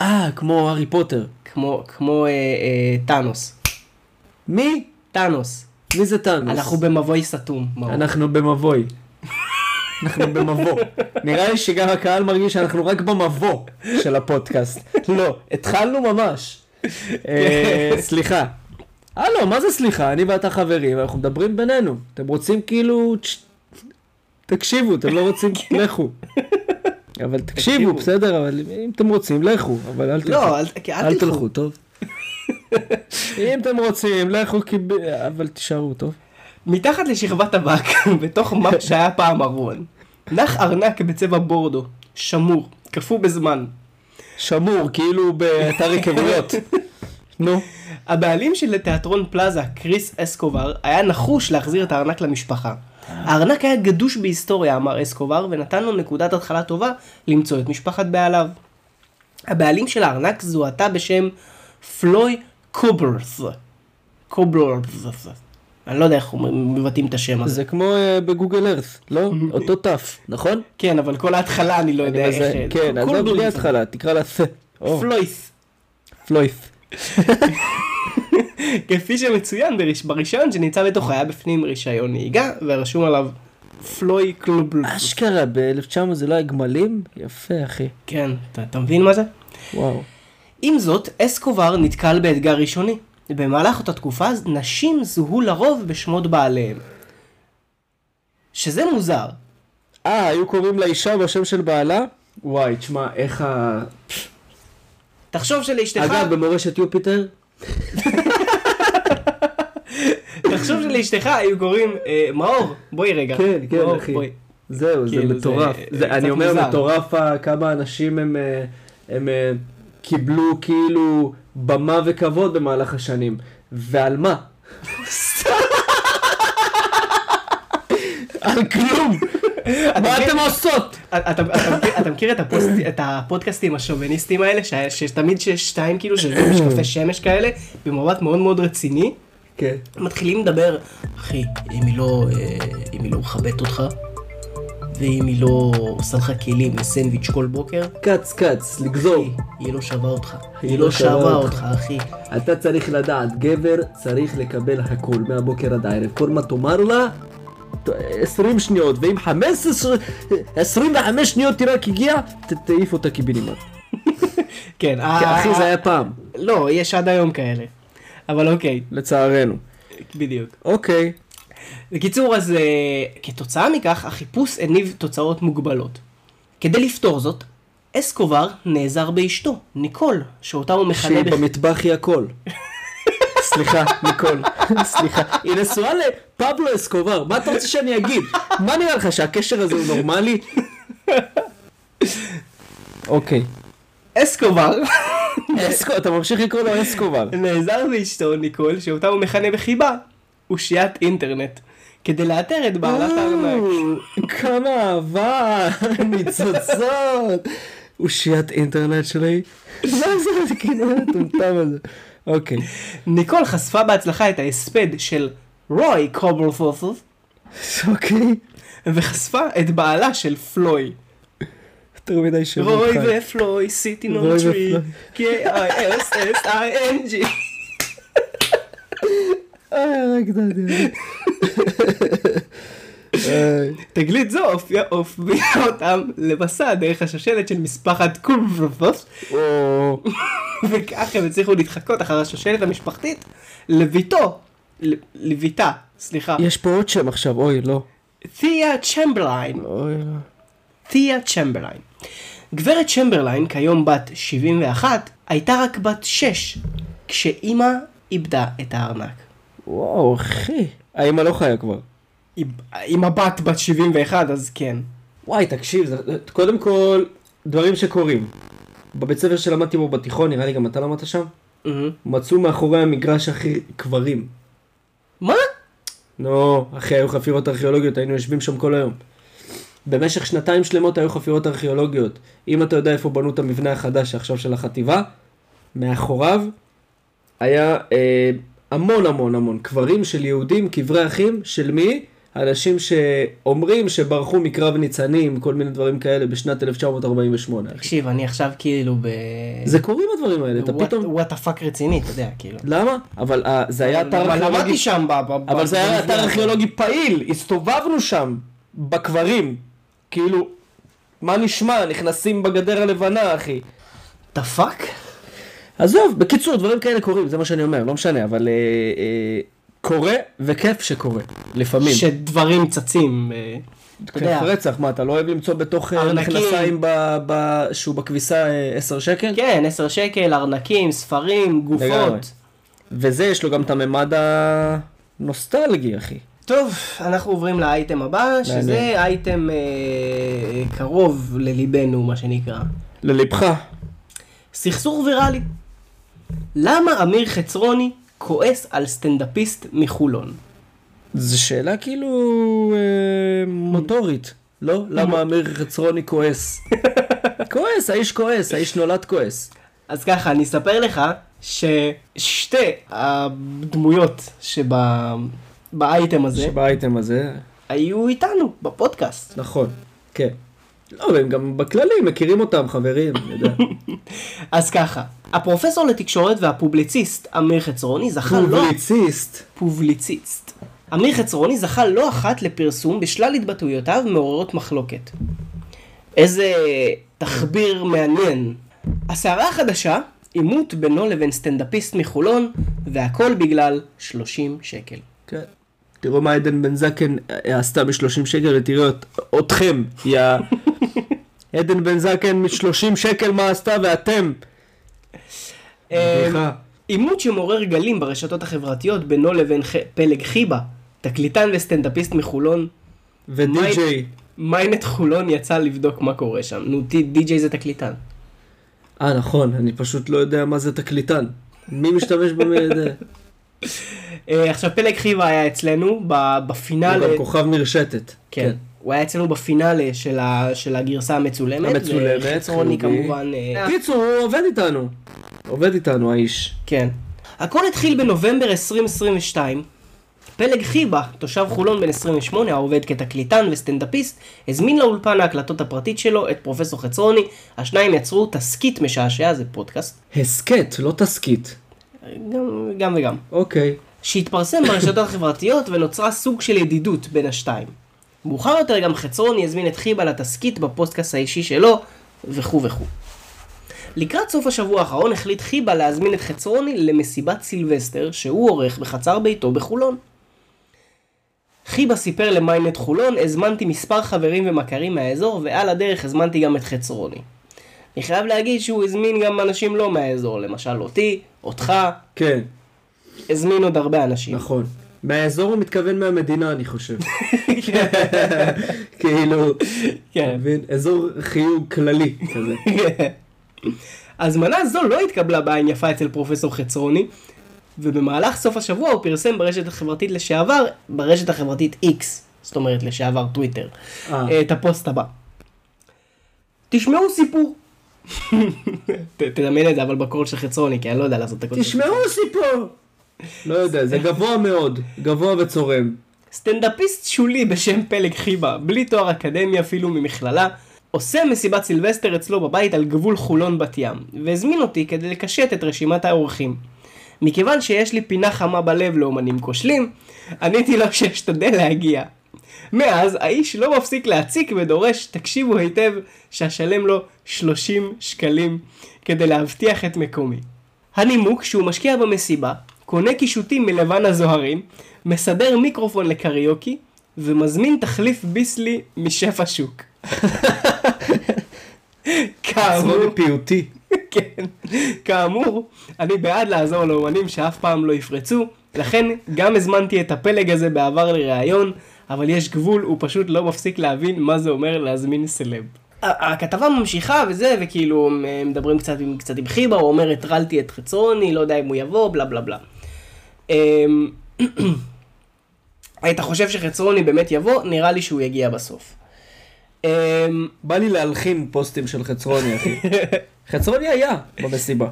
אה, כמו הארי פוטר.
כמו, כמו אה, אה, טאנוס.
מי?
טאנוס.
מי זה טאנוס?
אנחנו במבוי סתום. מאור.
אנחנו במבוי. אנחנו במבוא. נראה לי שגם הקהל מרגיש שאנחנו רק במבוא של הפודקאסט. לא, התחלנו ממש. אה,
כן.
סליחה. הלו, מה זה סליחה? אני ואתה חברים, אנחנו מדברים בינינו. אתם רוצים כאילו... צ'- תקשיבו, אתם לא רוצים, לכו. אבל תקשיבו,
כן. תקשיבו.
בסדר, אבל אם אתם רוצים, לכו, אבל אל תלכו.
לא, אל, אל,
אל
תלכו.
תלכו, טוב? אם אתם רוצים, לכו, כי ב- אבל תישארו, טוב?
מתחת לשכבת טבק, בתוך מה שהיה פעם ארון, נח ארנק בצבע בורדו, שמור, קפוא בזמן.
שמור, כאילו באתר היכרויות. נו.
הבעלים של תיאטרון פלאזה, קריס אסקובר, היה נחוש להחזיר את הארנק למשפחה.
אה.
הארנק היה גדוש בהיסטוריה, אמר אסקובר, ונתן לו נקודת התחלה טובה למצוא את משפחת בעליו. הבעלים של הארנק זוהתה בשם פלוי קוברס. קוברס. אני לא יודע איך אומרים- מבטאים את השם הזה.
זה כמו אה, בגוגל ארת', לא? אותו תף, נכון?
כן, אבל כל ההתחלה אני לא
אני
יודע איך...
מזהה. כן, עזוב בלי התחלה, תקרא לה ס. או,
פלויס.
פלויף.
כפי שמצוין בריש- ברישיון שנמצא בתוך היה בפנים רישיון נהיגה, ורשום עליו פלוי קלובלוס.
אשכרה, ב-1900 זה לא היה גמלים? יפה, אחי.
כן, אתה, אתה מבין מה זה?
וואו.
עם זאת, אסקובר נתקל באתגר ראשוני. במהלך אותה תקופה, נשים זוהו לרוב בשמות בעליהם. שזה מוזר.
אה, היו קוראים לאישה בשם של בעלה? וואי, תשמע, איך ה...
תחשוב שלאשתך,
אגב, במורשת יופיטר?
תחשוב שלאשתך היו קוראים, אה, מאור, בואי רגע.
כן, כן,
מאור,
אחי.
בואי.
זהו, זה
כאילו, זה-
מטורף.
זה
זה-
קצת
אני אומר
מוזר.
מטורף ה- כמה אנשים הם, אה, הם אה, קיבלו כאילו במה וכבוד במהלך השנים. ועל מה? על כלום! מה אתם עושות?
אתה- אתה- אתה מכיר- אתה מכיר את הפוסט- את הפודקאסטים השוביניסטים האלה, ש- שתמיד שיש שתיים כאילו שיושבים בשקפי שמש כאלה, במבט מאוד מאוד רציני,
כן.
מתחילים לדבר, אחי, אם היא לא, אה, אם היא לא מכבדת אותך, ואם היא לא עושה לך כלים לסנדוויץ' כל בוקר,
קץ קץ, לגזור.
היא- היא לא שווה אותך. היא לא שווה אותך, אחי.
אתה צריך לדעת, גבר צריך לקבל הכל מהבוקר עד הערב. כל מה תאמר לה, ת- 20 שניות, ואם 15, 25 שניות היא רק הגיעה, ת- תעיף אותה קיבינימט.
כן,
כי אחי זה
היה...
היה פעם,
לא, יש עד היום כאלה. אבל אוקיי,
לצערנו.
בדיוק.
אוקיי.
בקיצור, אז אה, כתוצאה מכך, החיפוש הניב תוצאות מוגבלות. כדי לפתור זאת, אסקובר נעזר באשתו, ניקול, שאותה הוא מכנה...
שהיא
בח-
במטבח היא הכל. סליחה, ניקול. סליחה. היא נשואה לפבלו אסקובר, מה אתה רוצה שאני אגיד? מה נראה לך, שהקשר הזה הוא נורמלי? אוקיי.
אסקובר
אסקו, אתה ממשיך לקרוא לו אסקובר.
נעזר באשתו, ניקול, שאותה הוא מכנה בחיבה, אושיית אינטרנט. כדי לאתר את בעלת
אה.
הארנק.
וואו, כמה אהבה, ניצוצות. אושיית אינטרנט שלי. מה זה הכינוי המטומטם הזה? אוקיי.
ניקול חשפה בהצלחה את ההספד של רוי קוברפופוף,
אוקיי.
וחשפה את בעלה של פלוי.
יותר מדי שירים.
רוי
חיים.
ופלוי, סיטין
רוי
און טרי,
ופלוי.
K-I-S-S-I-N-G.
אה, רק דעתי.
תגלית זו הופיעה הופיעה אותם למסע דרך השושלת של משפחת קולברפוס,
או,
וכך הם הצליחו להתחקות אחר השושלת המשפחתית לביתו, ל- לביתה, סליחה,
יש פה עוד שם עכשיו, אוי, לא.
תיה צ'מברליין.
אוי, לא.
תיה צ'מברליין. גברת צ'מברליין, כיום בת 71, הייתה רק בת 6, כשאימא איבדה את הארנק.
וואו, אחי. האמא לא חיה כבר.
עם הבת בת 71, אז כן.
וואי, תקשיב, זה- קודם כל, דברים שקורים. בבית ספר שלמדתי בו בתיכון, נראה לי גם אתה למדת שם,
מהמם.
מצאו מאחורי המגרש אחי קברים.
מה?
נו, אחי, היו חפירות ארכיאולוגיות, היינו יושבים שם כל היום. במשך שנתיים שלמות היו חפירות ארכיאולוגיות. אם אתה יודע איפה בנו את המבנה החדש עכשיו של החטיבה, מאחוריו היה אה, המון המון המון קברים של יהודים, קברי אחים, של מי? אנשים שאומרים שברחו מקרב ניצנים, כל מיני דברים כאלה בשנת 1948. אחי.
תקשיב, אני עכשיו כאילו ב...
זה קורים הדברים האלה, אתה פתאום...
וואט הפאק רציני, אתה יודע, כאילו.
למה? אבל אה, זה היה אתר
אבל לא
ארכיאולוגי
למדתי שם ב... ב-
אבל
ב-
זה היה
במבנה
אתר
הזה.
ארכיאולוגי פעיל, הסתובבנו שם, בקברים. כאילו, מה נשמע, נכנסים בגדר הלבנה, אחי.
אתה פאק?
עזוב, בקיצור, דברים כאלה קורים, זה מה שאני אומר, לא משנה, אבל אה, אה, קורה, וכיף שקורה, לפעמים.
שדברים צצים. אה, אתה יודע.
כיף רצח, מה, אתה לא אוהב למצוא בתוך אה,
ארנקים.
מכנסיים ב- ב- שהוא בכביסה אה, 10 שקל?
כן, 10 שקל, ארנקים, ספרים,
לגמרי.
גופות.
וזה, יש לו גם את הממד הנוסטלגי, אחי.
טוב, אנחנו עוברים לאייטם הבא, שזה אייטם אה, קרוב לליבנו, מה שנקרא.
ללבך.
סכסוך ויראלי. למה אמיר חצרוני כועס על סטנדאפיסט מחולון?
זו שאלה כאילו אה, מוטורית, לא? למה אמיר חצרוני כועס? כועס, האיש כועס, האיש נולד כועס.
אז ככה, אני אספר לך ששתי הדמויות שב- באייטם הזה
שבאייטם הזה,
היו איתנו בפודקאסט.
נכון, כן. לא, והם גם בכללי מכירים אותם, חברים, אני יודע.
אז ככה, הפרופסור לתקשורת והפובליציסט אמיר חצרוני זכה לא...
פובליציסט.
פובליציסט. אמיר חצרוני זכה לא אחת לפרסום בשלל התבטאויותיו מעוררות מחלוקת. איזה תחביר מעניין. הסערה החדשה, עימות בינו לבין סטנדאפיסט מחולון, והכל בגלל 30 שקל.
כן. תראו מה עדן בן זקן עשתה ב-30 שקל ותראו את- אתכם, יא... עדן בן זקן מ-30 שקל מה עשתה ואתם.
אה,
אמ, בדיחה.
אמ, עימות שמעורר גלים ברשתות החברתיות בינו לבין ח... פלג חיבה, תקליטן וסטנדאפיסט מחולון.
ודי-ג'יי.
מיינט חולון יצא לבדוק מה קורה שם. נו, די- די.ג'יי זה תקליטן.
אה, נכון, אני פשוט לא יודע מה זה תקליטן. מי משתמש במידע?
אה, עכשיו, פלג חיבה היה אצלנו ב-
הוא
בפינאלה.
גם כוכב מרשתת.
כן. הוא היה אצלנו בפינאלה של, ה, של הגרסה המצולמת.
המצולמת,
וחצרוני
חיובי.
כמובן. אה,
כן. קיצור, הוא עובד איתנו. עובד איתנו האיש.
כן. הכל התחיל בנובמבר 2022. פלג חיבה, תושב חולון בן 28, העובד כתקליטן וסטנדאפיסט, הזמין לאולפן ההקלטות הפרטית שלו את פרופסור חצרוני. השניים יצרו תסכית משעשע, זה פודקאסט. אה,
הסכת, לא תסכית.
גם, גם וגם.
אוקיי.
שהתפרסם ברשתות החברתיות ונוצרה סוג של ידידות בין השתיים. מאוחר יותר גם חצרוני הזמין את חיבה לתסכית בפודקאסט האישי שלו, וכו' וכו'. לקראת סוף השבוע האחרון החליט חיבה להזמין את חצרוני למסיבת סילבסטר שהוא עורך בחצר ביתו בחולון. חיבה סיפר למיינט חולון, הזמנתי מספר חברים ומכרים מהאזור ועל הדרך הזמנתי גם את חצרוני. אני חייב להגיד שהוא הזמין גם אנשים לא מהאזור, למשל אותי, אותך,
כן,
הזמין עוד הרבה אנשים.
נכון. מהאזור הוא מתכוון מהמדינה, אני חושב. אוקיי. כאילו, אתה
כן.
מבין? אזור חיוג כללי כזה.
הזמנה זו לא התקבלה בעין יפה אצל פרופסור חצרוני, ובמהלך סוף השבוע הוא פרסם ברשת החברתית לשעבר, ברשת החברתית X, זאת אומרת לשעבר טוויטר,
אה.
את הפוסט הבא. תשמעו סיפור. ת- תדמיין את זה אבל בקול של חצרוני, כי אני לא יודע לעשות את הקול של
תשמעו סיפור! לא יודע, זה גבוה מאוד. גבוה וצורם.
סטנדאפיסט שולי בשם פלג חיבה, בלי תואר אקדמי אפילו ממכללה, עושה מסיבת סילבסטר אצלו בבית על גבול חולון בת ים, והזמין אותי כדי לקשט את רשימת האורחים. מכיוון שיש לי פינה חמה בלב לאומנים כושלים, עניתי לו שאשתדל להגיע. מאז האיש לא מפסיק להציק ודורש, תקשיבו היטב, שאשלם לו 30 שקלים כדי להבטיח את מקומי. הנימוק שהוא משקיע במסיבה, קונה קישוטים מלבן הזוהרים, מסדר מיקרופון לקריוקי, ומזמין תחליף ביסלי משף השוק. אה,
עצמו
כאמור,
לפיוטי.
כן, כאמור, אני בעד לעזור לאומנים שאף פעם לא יפרצו, לכן גם הזמנתי את הפלג הזה בעבר לראיון, אבל יש גבול, הוא פשוט לא מפסיק להבין מה זה אומר להזמין סלב. ה- הכתבה ממשיכה וזה, וכאילו הם הם מדברים קצת עם, קצת עם חיבה, הוא אומר, הטרלתי את חצרוני, לא יודע אם הוא יבוא, בלה בלה בלה. אמ, היית חושב שחצרוני באמת יבוא, נראה לי שהוא יגיע בסוף. אמ,
בא לי להלחין פוסטים של חצרוני, אחי. חצרוני היה במסיבה.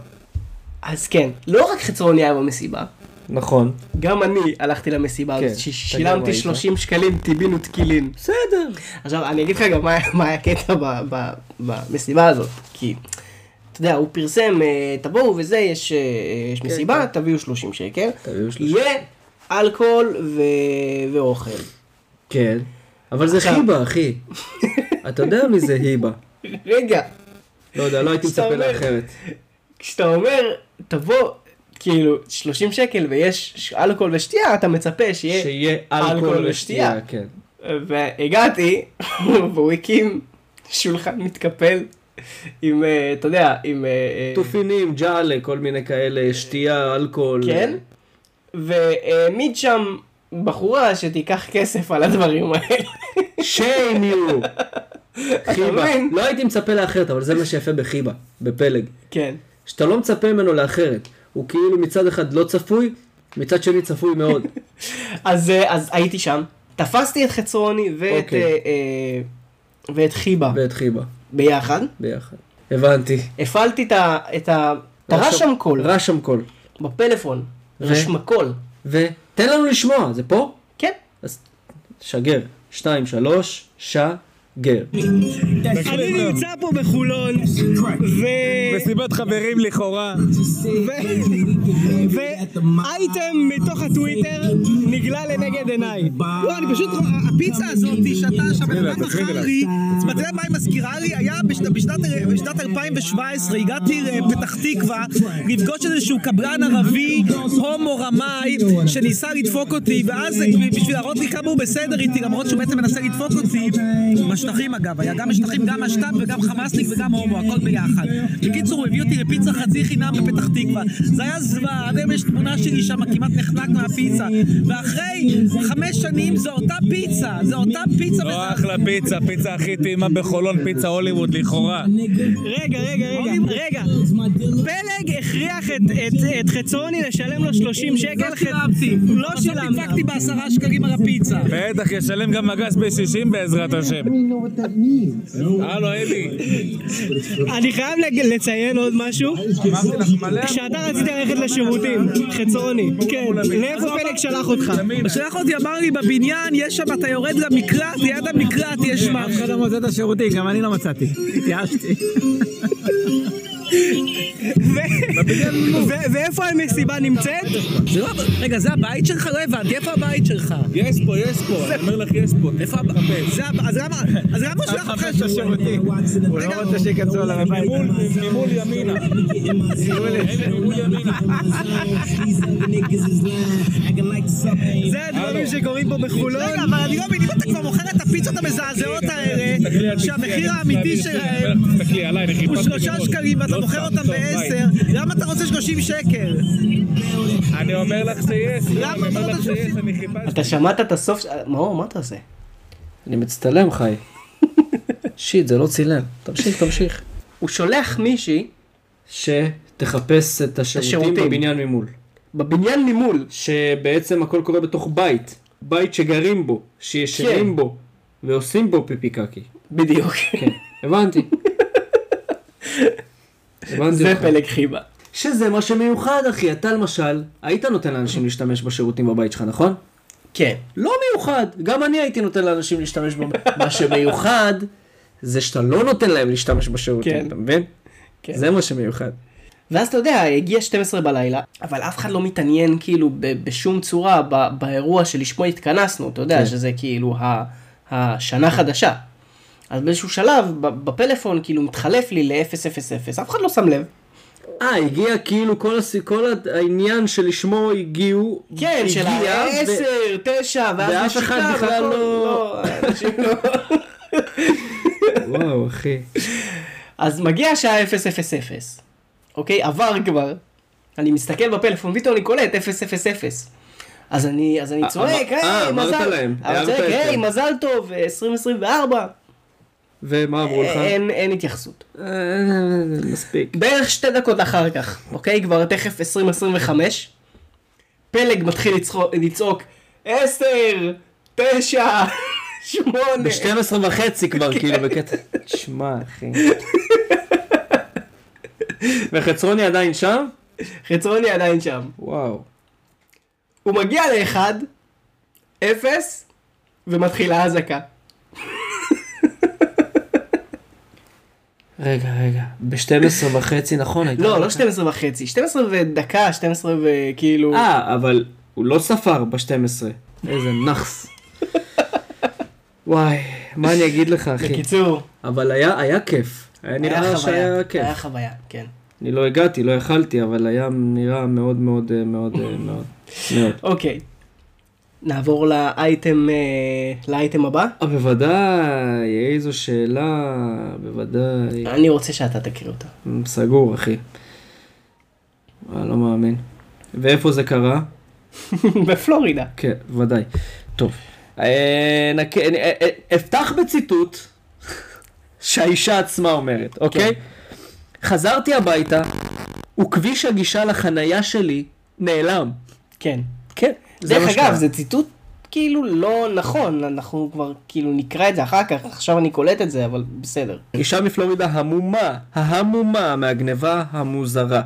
אז כן, לא רק חצרוני היה במסיבה,
נכון.
גם אני הלכתי למסיבה
כן,
הזאת,
אתה גם
ששילמתי
היית.
30 שקלים, טיבינו טקילין.
בסדר.
עכשיו, אני אגיד לך גם מה, מה היה הקטע ב- ב- במסיבה הזאת, כי, אתה יודע, הוא פרסם, אה, תבואו וזה, יש, אה, יש
כן,
מסיבה, תביאו 30 שקל,
תביאו 30.
יהיה אלכוהול ו... ואוכל.
כן. אבל זה
עכשיו-
חיבה, אחי. אתה יודע מי זה היבה.
רגע,
לא יודע, לא הייתי
כשאתה
מצפה
אומר-
לאחרת.
כשאתה אומר, תבוא, כאילו, 30 שקל ויש ש- אלכוהול ושתייה, אתה מצפה שיהיה...
שיהיה אלכוהול ושתייה. כן.
והגעתי, והוא הקים שולחן מתקפל עם, אה, אתה יודע, עם... אה, אה,
תופינים, ג'אלה, כל מיני כאלה, שתייה, אלכוהול.
כן? והעמיד שם בחורה שתיקח כסף על הדברים האלה.
שיים יו. חיבה.
מבין?
לא הייתי מצפה לאחרת, אבל זה מה שיפה בחיבה, בפלג.
כן.
שאתה לא מצפה ממנו לאחרת. הוא כאילו מצד אחד לא צפוי, מצד שני צפוי מאוד.
אז, אה, אז הייתי שם, תפסתי את חצרוני ואת,
אוקיי.
אה, אה, ואת חיבה
ואת חיבה,
ביחד.
ביחד. הבנתי.
הפעלתי את ה... את ה... את הרשם קול,
רשם קול.
בפלאפון.
ו?
רשמקול.
ו... תן לנו לשמוע, זה פה?
כן.
אז שגר. שתיים, שלוש, שגר.
אני נמצא פה בחולון, ו...
מסיבת חברים לכאורה.
ו- ואייטם מתוך הטוויטר נגלה לנגד עיניי.
לא, אני פשוט, הפיצה הזאת שאתה שם, בן אדם מכר לי, אתה יודע מה היא מזכירה לי? היה בשנת- בשנת- בשנת 2017, הגעתי לפתח תקווה לפגוש איזשהו קברן ערבי, הומו רמאי, שניסה לדפוק אותי, ואז אה, בשביל להראות לי כמה הוא בסדר איתי, למרות שהוא בעצם מנסה לדפוק אותי, משטחים אגב, היה גם משטחים, גם משת"פ וגם חמאסניק וגם הומו, הכל ביחד. בקיצור, הוא הביא אותי לפיצה חצי חינם בפתח תקווה. זה היה זוועה, עד היום יש תמונה שלי שם, כמעט נחנק מהפיצה. ואחרי חמש שנים זו אותה פיצה, זו אותה פיצה.
לא
וזה-
אחלה פיצה, פיצה הכי טעימה בחולון, פיצה הוליווד לכאורה.
רגע, רגע, רגע, רגע. פלג הכריח את- את- את חצרוני לשלם לו 30 שקל. לא שילמתי. לא שילמתי. בסוף נדפקתי בעשרה שקלים על הפיצה.
בטח ישלם גם מגס ב-60 בעזרת השם. הלו אלי,
אני חייב לג- לציין עוד משהו.
אמרתי לך מלא
כשאתה רצית ללכת לשירותים, חצרוני, כן, לאיפה פלג שלח אותך?
הוא שלח אותי, אמר לי, בבניין יש שם, אתה יורד למקלט, ליד המקלט יש מה.
אחד לא מוצא את השירותים, גם אני לא מצאתי. התייאשתי. ואיפה המסיבה נמצאת?
זה לא- רגע, זה הבית שלך? לא הבנתי, איפה הבית שלך?
יש פה, יש פה, אני אומר לך יש פה,
איפה הבית? זה הב- אז למה אז למה הוא שלח אותך לשירותים?
לא הוא לא
רגע,
שיקצרו עליו הביתה.
ממול ימינה. אלי, ממול ימינה.
זה הדברים שקורים פה בחולון.
רגע, אבל אני לא מבין, אם אתה כבר מוכר את הפיצות המזעזעות האלה, שהמחיר האמיתי שלהם
תסתכלי עליי, אני
הוא
חיפשתי
שלושה
לראות.
שקלים ואתה
לא
מוכר
סתם,
אותם
סתם, ביי.
בעשר, למה אתה רוצה 30 שקל?
אני אומר לך שיש,
למה
אני אומר
אמרת
לך שיש,
שעושים?
אני חיפשתי.
אתה שמעת את הסוף? ש- מאור, מה אתה עושה?
אני מצטלם, חי. שיט, זה לא צילם. תמשיך, תמשיך.
הוא שולח מישהי
שתחפש את השירותים
השירותים.
בבניין ממול.
בבניין ממול.
שבעצם הכל קורה בתוך בית. בית שגרים בו, שישנים
כן.
בו, ועושים בו פיפיקקי.
בדיוק.
כן, הבנתי. הבנתי
זה
אותך.
פלג חיבה.
שזה מה שמיוחד, אחי. אתה למשל, היית נותן לאנשים להשתמש בשירותים בבית שלך, נכון?
כן.
לא מיוחד, גם אני הייתי נותן לאנשים להשתמש בו. מה שמיוחד, זה שאתה לא נותן להם להשתמש בשירותים,
כן.
אתה מבין?
כן.
זה מה שמיוחד.
ואז אתה יודע, הגיע 12 בלילה, אבל אף אחד לא מתעניין כאילו ב- בשום צורה ב- באירוע שלשמו התכנסנו, אתה יודע,
כן.
שזה כאילו ה- השנה חדשה. אז באיזשהו שלב, ב- בפלאפון כאילו מתחלף לי ל-000, אף אחד לא שם לב.
אה, הגיע כאילו כל, הס... כל העניין שלשמו הגיעו,
כן,
הגיע,
של ה-10, 9, ואז
ואף אחד
נשיקה,
בכלל
והכל-
לא-
לא, אנשים לא...
ו... וואו, אחי.
אז מגיע השעה 000, אוקיי? עבר כבר, אני מסתכל בפלאפון, פתאום אני קולט 000. אז אני, אז אני צועק,
אמר- אה,
היי,
אמרת
מזל,
להם,
אני
הערת
צועק,
את
היי,
זה."
מזל טוב, אה, 2024,
ומה אמרו לך?
אין, אין התייחסות.
אה, מספיק.
בערך שתי דקות אחר כך, אוקיי? כבר תכף 2025, פלג מתחיל לצחוק, לצעוק, 10, 9, 8,
ב-12 וחצי כבר, כאילו, בקטע... תשמע, אחי. וחצרוני עדיין שם?
חצרוני עדיין שם.
וואו.
הוא מגיע לאחד, אפס, ומתחילה האזעקה.
רגע, רגע. ב-12 וחצי, נכון? הייתה
לא, לא
דקה.
12 וחצי, 12 ודקה, 12 וכאילו...
אה, אבל הוא לא ספר ב-12. איזה נאחס. וואי, מה אני אגיד לך, אחי?
בקיצור,
אבל היה היה כיף. היה
היה
נראה
חוויה,
שהיה כיף.
היה חוויה, כן.
אני לא הגעתי, לא יכלתי, אבל היה נראה מאוד מאוד אה, מאוד אה, מאוד מאוד.
אוקיי. נעבור לאייטם, אה, לאייטם הבא.
אה, בוודאי, איזו שאלה, בוודאי.
אני רוצה שאתה תקריא אותה.
סגור, אחי. אה, לא מאמין. ואיפה זה קרה?
בפלורידה.
כן, ודאי. טוב. אה, נק- אה, אה, אפתח בציטוט שהאישה עצמה אומרת, אוקיי? חזרתי הביתה, וכביש הגישה לחנייה שלי נעלם.
כן.
כן. מה
דרך
שקרה.
אגב, זה ציטוט כאילו לא נכון, אנחנו כבר כאילו נקרא את זה אחר כך, עכשיו אני קולט את זה, אבל בסדר.
אישה מפלורידה המומה, ההמומה מהגניבה המוזרה.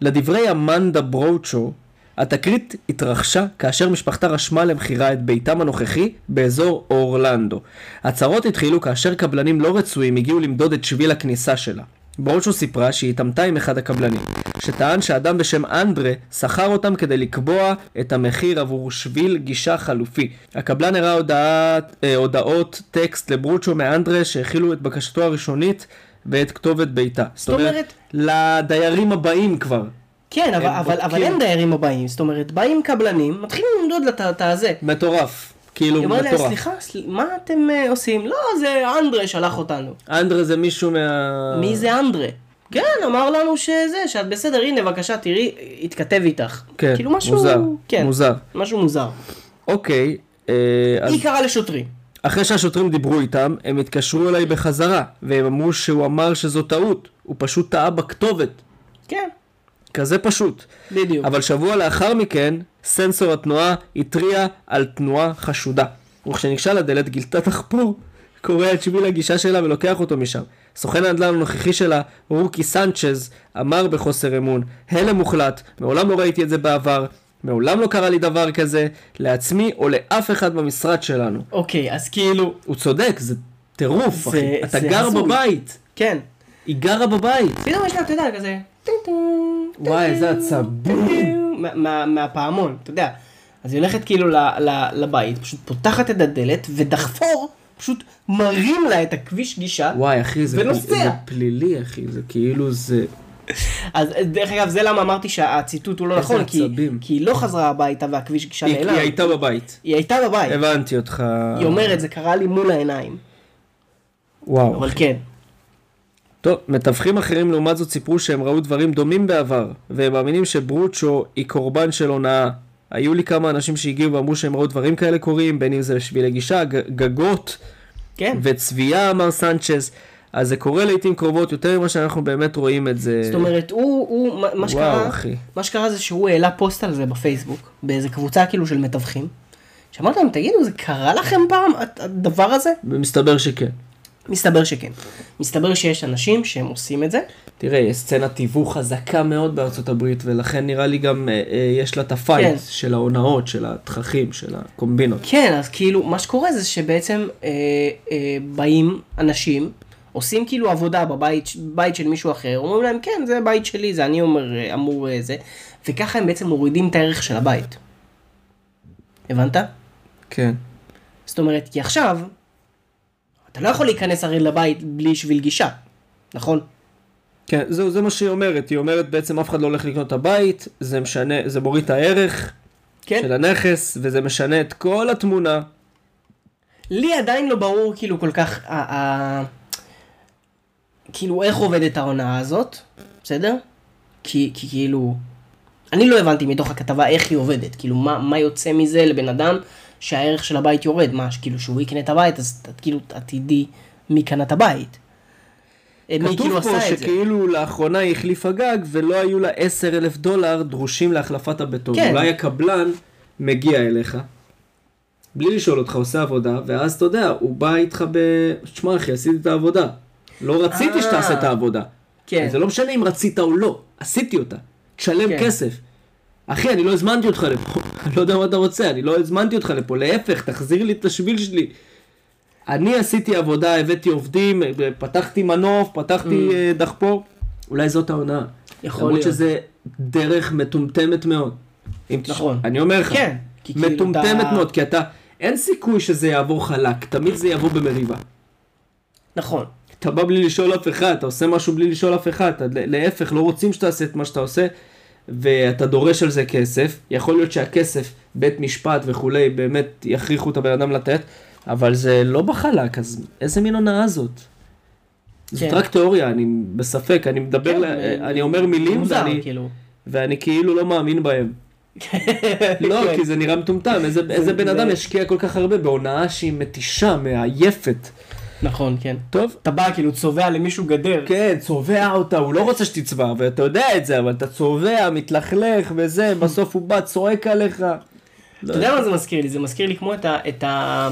לדברי אמנדה ברוצ'ו, התקרית התרחשה כאשר משפחתה רשמה למכירה את ביתם הנוכחי באזור אורלנדו. הצהרות התחילו כאשר קבלנים לא רצויים הגיעו למדוד את שביל הכניסה שלה. ברוצ'ו סיפרה שהיא התעמתה עם אחד הקבלנים, שטען שאדם בשם אנדרה שכר אותם כדי לקבוע את המחיר עבור שביל גישה חלופי. הקבלן הראה הודעת, אה, הודעות טקסט לברוצ'ו מאנדרה שהכילו את בקשתו הראשונית ואת כתובת ביתה. זאת
אומרת,
לדיירים הבאים כבר.
כן, אבל,
הם
אבל, אבל
בודקים.
אין דיירים הבאים, זאת אומרת, באים קבלנים, מתחילים למדוד לה את ה- את הזה.
מטורף. כאילו,
היא אומרת להם,
מטורף.
סליחה, סל- מה אתם אה, עושים? לא, זה אנדרה שלח אותנו.
אנדרה זה מישהו מה...
מי זה אנדרה? כן, אמר לנו שזה, שאת בסדר, הנה, בבקשה, תראי, התכתב איתך.
כן,
כאילו משהו,
מוזר,
כן,
מוזר.
משהו מוזר.
אוקיי, אה, אז
היא קראה לשוטרים.
אחרי שהשוטרים דיברו איתם, הם התקשרו אליי בחזרה, והם אמרו שהוא אמר שזו טעות, הוא פשוט טעה בכתובת.
כן,
כזה פשוט.
בדיוק.
אבל שבוע לאחר מכן, סנסור התנועה התריע על תנועה חשודה. וכשניגשה לדלת גילתה דחפור, קורע את שביל הגישה שלה ולוקח אותו משם. סוכן הנדל"ן הנוכחי שלה, רוקי סנצ'ז, אמר בחוסר אמון, הלם מוחלט, מעולם לא ראיתי את זה בעבר, מעולם לא קרה לי דבר כזה, לעצמי או לאף אחד במשרד שלנו.
אוקיי, אז כאילו,
הוא צודק, זה טירוף,
זה-
אחי. אתה
זה
גר
הזוי.
בבית,
כן.
היא גרה בבית.
פתאום יש לה, אתה יודע, כזה... טינטינג,
וואי, איזה
טינטינג,
עצבים.
טינטינג, מה- מה- מהפעמון, אתה יודע. אז היא הולכת כאילו ל- ל- לבית, פשוט פותחת את הדלת, ודחפור פשוט מרים לה את הכביש גישה.
וואי, אחי, זה,
ונוסע.
פל... זה פלילי, אחי, זה כאילו זה...
אז דרך אגב, זה למה אמרתי שהציטוט הוא לא
איזה
נכון, כי,
עצבים.
כי היא לא חזרה הביתה והכביש גישה
היא,
נעלם.
היא הייתה בבית.
היא הייתה בבית.
הבנתי אותך.
היא אומרת, זה קרה לי מול העיניים.
וואו.
אבל כן.
טוב, מתווכים אחרים לעומת זאת סיפרו שהם ראו דברים דומים בעבר, והם מאמינים שברוצ'ו היא קורבן של הונאה. היו לי כמה אנשים שהגיעו ואמרו שהם ראו דברים כאלה קורים, בין אם זה בשביל הגישה, ג- גגות
כן.
וצביעה, אמר סנצ'ז. אז זה קורה לעיתים קרובות יותר ממה שאנחנו באמת רואים את זה.
זאת אומרת, הוא, הוא, מה- מה שקרה,
אחי.
מה שקרה זה שהוא העלה פוסט על זה בפייסבוק, באיזה קבוצה כאילו של מתווכים. שאמרתי להם, תגידו, זה קרה לכם פעם, הד- הדבר הזה?
מסתבר שכן.
מסתבר שכן. מסתבר שיש אנשים שהם עושים את זה.
תראה, יש סצנת תיווך חזקה מאוד בארצות הברית, ולכן נראה לי גם אה, אה, יש לה את הפייט
כן.
של ההונאות, של התככים, של הקומבינות.
כן, אז כאילו, מה שקורה זה שבעצם אה, אה, באים אנשים, עושים כאילו עבודה בבית בית של מישהו אחר, אומרים להם, כן, זה בית שלי, זה אני אומר, אה, אמור אה, זה, וככה הם בעצם מורידים את הערך של הבית. הבנת?
כן.
זאת אומרת, כי עכשיו, אתה לא יכול להיכנס הרי לבית בלי שביל גישה, נכון?
כן, זהו, זה מה שהיא אומרת. היא אומרת בעצם אף אחד לא הולך לקנות את הבית, זה משנה, זה מוריד את הערך
כן.
של הנכס, וזה משנה את כל התמונה.
לי עדיין לא ברור כאילו כל כך, ה- ה- כאילו איך עובדת ההונאה הזאת, בסדר? כי, כי כאילו, אני לא הבנתי מתוך הכתבה איך היא עובדת, כאילו מה, מה יוצא מזה לבן אדם שהערך של הבית יורד, מה, כאילו שהוא יקנה את הבית, אז ת- כאילו עתידי מי קנה את הבית. אה, מי כאילו
כתוב פה
עשה את זה.
שכאילו לאחרונה היא החליפה גג ולא היו לה 10 אלף דולר דרושים להחלפת הבטון.
כן.
אולי הקבלן מגיע אליך, בלי לשאול אותך, עושה עבודה, ואז אתה יודע, הוא בא איתך ב... שמע אחי, עשיתי את העבודה. לא רציתי
אה.
שתעשה את העבודה.
כן.
זה לא משנה אם רצית או לא, עשיתי אותה. תשלם
כן.
כסף. אחי, אני לא הזמנתי אותך לפה, אני לא יודע מה אתה רוצה, אני לא הזמנתי אותך לפה, להפך, תחזיר לי את השביל שלי. אני עשיתי עבודה, הבאתי עובדים, פתחתי מנוף, פתחתי אה, דחפור. אולי זאת ההונאה.
Mm. יכול
למרות
להיות.
שזה דרך מטומטמת מאוד. אם תש-
נכון.
אני אומר לך,
כן, כי כאילו
מטומטמת
אתה-
מאוד, כי אתה, אין סיכוי שזה יעבור חלק, תמיד זה יבוא במריבה.
נכון.
אתה בא בלי לשאול אף אחד, אתה עושה משהו בלי לשאול אף אחד, אתה- להפך, לא רוצים שתעשה את מה שאתה עושה, ואתה דורש על זה כסף, יכול להיות שהכסף, בית משפט וכולי, באמת יכריחו את הבן אדם לתת, אבל זה לא בחלק, אז איזה מין הונאה זאת? זאת
כן.
רק תיאוריה, אני בספק, אני מדבר,
כן,
ל-
אה,
אני אומר מילים
מוזר,
ואני-
כאילו.
ואני כאילו לא מאמין בהם. לא,
כן.
כי זה נראה מטומטם, איזה- איזה בן
זה-
אדם ישקיע כל כך הרבה בהונאה שהיא מתישה, מעייפת.
נכון, כן.
טוב,
אתה בא כאילו צובע למישהו גדר.
כן, צובע אותה, הוא לא רוצה שתצבע, ואתה יודע את זה, אבל אתה צובע, מתלכלך וזה, בסוף הוא בא, צועק עליך.
אתה יודע מה זה מזכיר לי? זה מזכיר לי כמו את ה... את ה...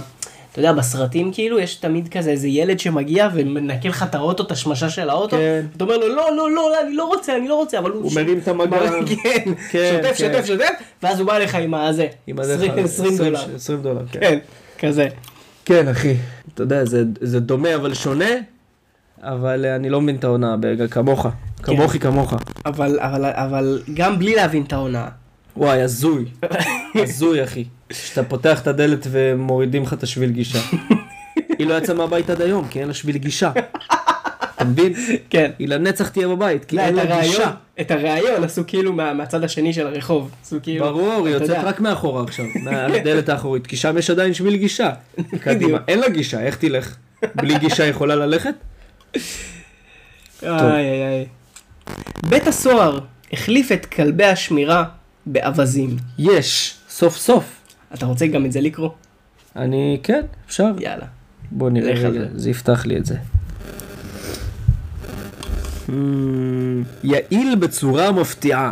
אתה יודע, בסרטים כאילו, יש תמיד כזה איזה ילד שמגיע ומנקה לך את האוטו, את השמשה של האוטו,
כן.
אתה אומר לו, לא, לא, לא, אני לא רוצה, אני לא רוצה, אבל הוא...
הוא מרים את המגב.
כן,
כן,
שוטף,
כן.
שוטף, שוטף, ואז הוא בא אליך עם הזה,
עם הדרך ה-
20 דולר.
20 דולר, כן.
כן, כזה.
כן, אחי. אתה יודע, זה- זה דומה אבל שונה, אבל אה, אני לא מבין את ההונאה, ברגע, כמוך. כמוכי
כן.
כמוך.
אבל, אבל, אבל גם בלי להבין את ההונאה.
וואי, הזוי. הזוי, אחי. שאתה פותח את הדלת ומורידים לך את השביל גישה. היא לא יצאה מהבית עד היום, כי אין לה שביל גישה. אתה מבין?
כן.
היא לנצח תהיה בבית, כי אין
לא, את
לה גישה.
הרעיון, את הרעיון עשו כאילו מה, מהצד השני של הרחוב. עשו כאילו,
ברור, היא
אתה
יוצאת
יודע.
רק מאחורה עכשיו, מהדלת האחורית, כי שם יש עדיין שביל גישה. קדימה, אין לה גישה, איך תלך? בלי גישה יכולה ללכת?
איי איי איי. בית הסוהר החליף את כלבי השמירה באווזים.
יש, סוף סוף.
אתה רוצה גם את זה לקרוא?
אני, כן, אפשר.
יאללה.
בוא נראה
לך על
רגע, זה יפתח לי את זה. אמ, יעיל בצורה מפתיעה.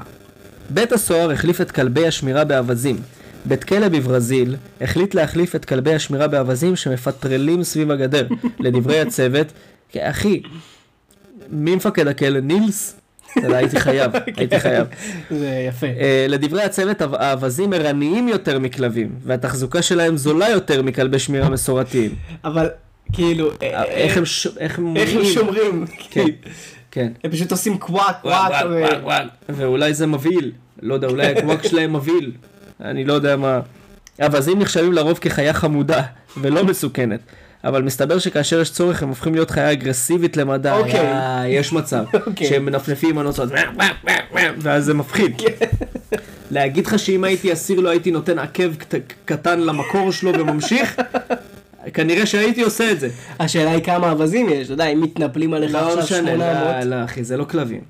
בית הסוהר החליף את כלבי השמירה באווזים. בית כלא בברזיל החליט להחליף את כלבי השמירה באווזים שמפטרלים סביב הגדר. לדברי הצוות, "כי, אחי, מי מפקד הכלא? נילס? אתה יודע, הייתי חייב, הייתי חייב.
זה יפה.
אה, לדברי הצוות, האו- האווזים ערניים יותר מכלבים, והתחזוקה שלהם זולה יותר מכלבי שמירה מסורתיים.
אבל כאילו, אה,
איך הם ש- איך הם
איך הם
מונעים?
שומרים?
כן,
כאילו,
כן.
הם פשוט עושים קוואק קוואק. ו-
ואולי זה מבהיל, לא יודע, אולי הקוואק שלהם מבהיל, אני לא יודע מה. אווזים נחשבים לרוב כחיה חמודה ולא מסוכנת, אבל מסתבר שכאשר יש צורך הם הופכים להיות חיה אגרסיבית למדי.
אוקיי.
אה, יש מצב,
אוקיי.
שהם מנפנפים עם הנוצות, ואז זה מפחיד.
כן.
להגיד לך שאם הייתי אסיר לא הייתי נותן עקב קט- קטן למקור שלו וממשיך? כנראה שהייתי עושה את זה.
השאלה היא כמה אווזים יש, אתה יודע, אם מתנפלים עליך
לא
עכשיו
משנה, לא,
800.
לא, אחי, זה לא כלבים.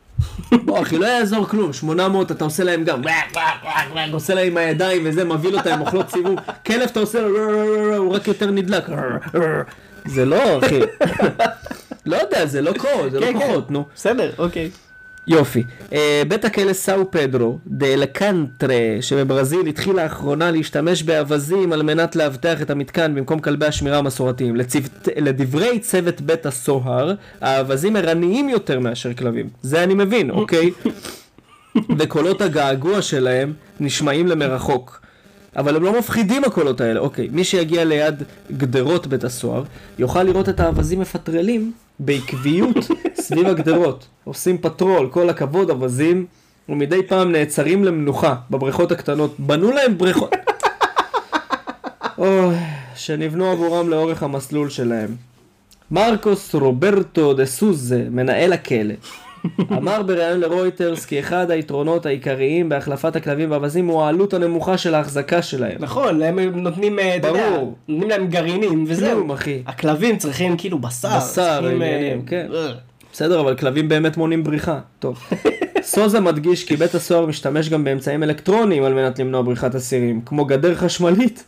בוא, אחי, לא יעזור כלום, 800 אתה עושה להם גם, עושה להם עם הידיים וזה, מבהיל אותם, אוכלות סיבוב, כלב אתה עושה לו, הוא רק יותר נדלק. זה לא, אחי. לא יודע, זה לא קור, זה לא
כן, כן.
כוחות, נו.
בסדר, אוקיי.
יופי. אה, בית הכלא סאו פדרו, דה אלקנטרה שבברזיל התחיל לאחרונה להשתמש באווזים על מנת לאבטח את המתקן במקום כלבי השמירה המסורתיים. לצוות, לדברי צוות בית הסוהר, האווזים ערניים יותר מאשר כלבים. זה אני מבין, אוקיי? וקולות הגעגוע שלהם נשמעים למרחוק. אבל הם לא מפחידים הקולות האלה. אוקיי, מי שיגיע ליד גדרות בית הסוהר, יוכל לראות את האווזים מפטרלים בעקביות סביב הגדרות. עושים פטרול, כל הכבוד אווזים, ומדי פעם נעצרים למנוחה בבריכות הקטנות. בנו להם בריכות. אוי, שנבנו עבורם לאורך המסלול שלהם. מרקוס רוברטו דה סוזה, מנהל הכלא, אמר בריאיון לרויטרס כי אחד היתרונות העיקריים בהחלפת הכלבים והאווזים הוא העלות הנמוכה של ההחזקה שלהם.
נכון, להם הם נותנים, אה, אתה יודע,
ברור.
נותנים להם גרעינים וזהו.
כלום, אחי.
הכלבים צריכים כאילו בשר.
בשר,
צריכים, אה,
עניינים, כן.
אה.
בסדר, אבל כלבים באמת מונעים בריחה. טוב. סוזה מדגיש כי בית הסוהר משתמש גם באמצעים אלקטרוניים על מנת למנוע בריחת אסירים, כמו גדר חשמלית.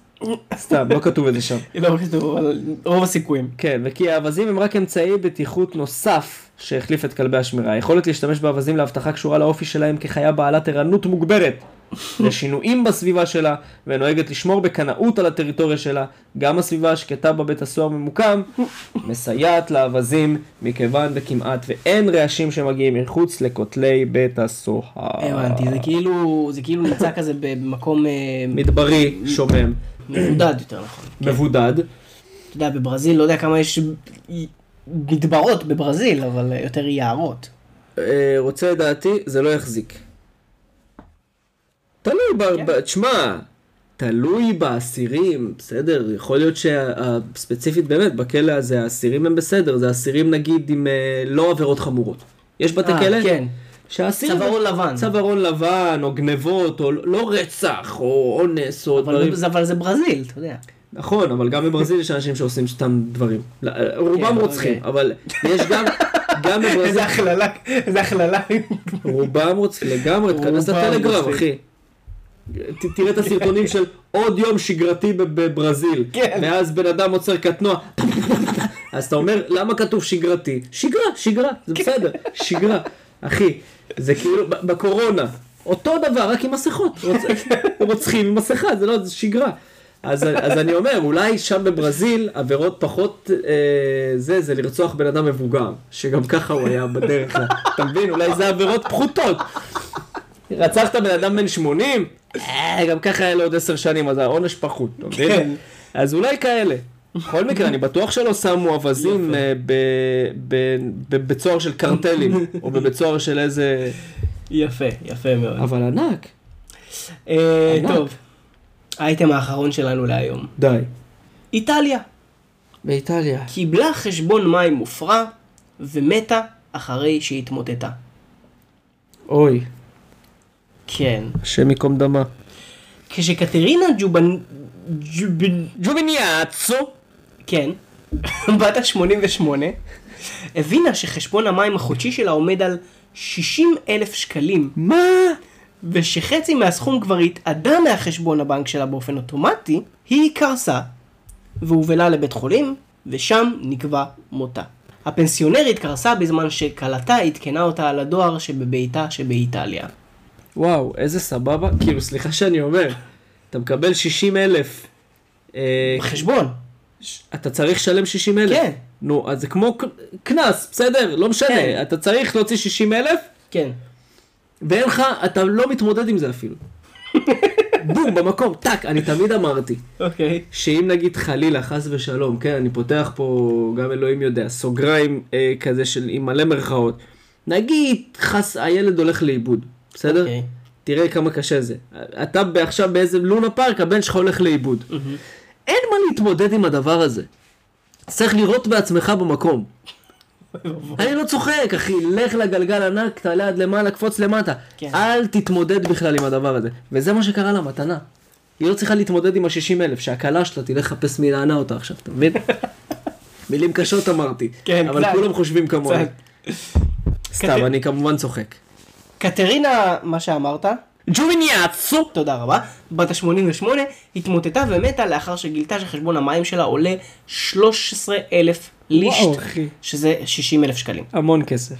סתם, לא כתוב את זה שם.
לא כתוב, אבל רוב הסיכויים.
כן, וכי האווזים הם רק אמצעי בטיחות נוסף שהחליף את כלבי השמירה. היכולת להשתמש באווזים לאבטחה קשורה לאופי שלהם כחיה בעלת ערנות מוגברת לשינויים בסביבה שלה, ונוהגת לשמור בקנאות על הטריטוריה שלה. גם הסביבה השקטה בבית הסוהר ממוקם, מסייעת לאווזים מכיוון וכמעט ואין רעשים שמגיעים מחוץ לכותלי בית הסוהר.
הבנתי, זה כאילו, זה כאילו נמצא כזה במקום אה,
מדברי, שומם,
כן. מבודד יותר נכון.
מבודד.
אתה יודע, בברזיל, לא יודע כמה יש מדברות בברזיל, אבל אה, יותר יערות.
אה, רוצה את דעתי, זה לא יחזיק. תלוי,
כן.
ב- ב- תשמע, תלוי באסירים, בסדר? יכול להיות שספציפית באמת, בכלא הזה האסירים הם בסדר, זה אסירים נגיד עם אה, לא עבירות חמורות. יש בתי
אה,
כלא?
כן.
שהאסיר...
צווארון לבן.
צווארון לבן, או גנבות, או לא רצח, או אונס, או
אבל
דברים.
זה- אבל זה ברזיל, אתה יודע.
נכון, אבל גם בברזיל יש אנשים שעושים סתם דברים. לא, אה, רובם
אוקיי.
רוצחים, אבל יש גם... גם בברזיל...
איזה הכללה, איזה הכללה.
רובם רוצחים, לגמרי, תיכנס
רובם
לטלגרם,
רוצחים.
אחי. ת- תראה את הסרטונים של עוד יום שגרתי בב- בברזיל.
כן.
ואז בן אדם עוצר קטנוע. אז אתה אומר, למה כתוב שגרתי? שגרה, שגרה,
כן.
זה בסדר, שגרה. אחי, זה כאילו ב- בקורונה, אותו דבר, רק עם מסכות. רוצ- רוצחים עם מסכה, זה לא, זה שגרה. אז, אז אני אומר, אולי שם בברזיל עבירות פחות אה, זה, זה לרצוח בן אדם מבוגר, שגם ככה הוא היה בדרך. ל- אתה מבין? אולי זה עבירות פחותות. רצחת בן אדם בן 80? אה, גם ככה היה לו עוד 10 שנים, אז העונש פחות, אתה מבין?
כן.
אז אולי כאלה. בכל מקרה, אני בטוח שלא שמו אווזים אה, ב- ב- בבית סוהר של קרטלים, או בבית סוהר של איזה...
יפה, יפה מאוד.
אבל ענק.
אה,
ענק.
טוב, האייטם האחרון שלנו להיום.
די.
איטליה
באיטליה.
קיבלה חשבון מים מופרע ומתה אחרי שהתמוטטה.
אוי,
כן.
השם ייקום דמה.
כשקטרינה ג'ובנ... ג'ובנ...
ג'וביניאצו.
כן, בת ה-88, הבינה שחשבון המים החודשי שלה עומד על 60 אלף שקלים,
מה?
ושחצי מהסכום כבר התאדה מהחשבון הבנק שלה באופן אוטומטי, היא קרסה, והובלה לבית חולים, ושם נקבע מותה. הפנסיונרית קרסה בזמן שכלתה עדכנה אותה על הדואר שבביתה שבאיטליה.
וואו, איזה סבבה. כאילו, סליחה שאני אומר, אתה מקבל 60 אלף. אה,
חשבון,
אתה צריך לשלם 60 אלף.
כן.
נו, אז זה כמו ק- קנס, בסדר, לא משנה.
כן.
אתה צריך להוציא 60 אלף,
כן.
ואין לך, אתה לא מתמודד עם זה אפילו. בום, במקום, טאק, אני תמיד אמרתי,
אוקיי.
שאם נגיד חלילה, חס ושלום, כן, אני פותח פה, גם אלוהים יודע, סוגריים אה, כזה של, עם מלא מירכאות, נגיד, חס, הילד הולך לאיבוד, בסדר?
אוקיי.
תראה כמה קשה זה. אתה ב- עכשיו באיזה לונה פארק, הבן שלך הולך לאיבוד. אין מה להתמודד עם הדבר הזה. צריך לירות בעצמך במקום. אני לא צוחק, אחי, לך לגלגל ענק, תעלה עד למעלה, קפוץ למטה.
כן.
אל תתמודד בכלל עם הדבר הזה. וזה מה שקרה לה, מתנה. היא לא צריכה להתמודד עם ה-60 אלף, שהכלה שלה תלך לחפש מי לענה אותה עכשיו, אתה מבין? מילים קשות אמרתי,
כן,
אבל
קצת.
כולם חושבים כמוני.
קצת. כן.
סתם, אני כמובן צוחק.
קטרינה, מה שאמרת,
ג'וביניאצו!
תודה רבה, בת ה-88, התמוטטה ומתה לאחר שגילתה שחשבון המים שלה עולה 13,000 לישט,
וואו, אחי.
שזה 60,000 שקלים.
המון כסף.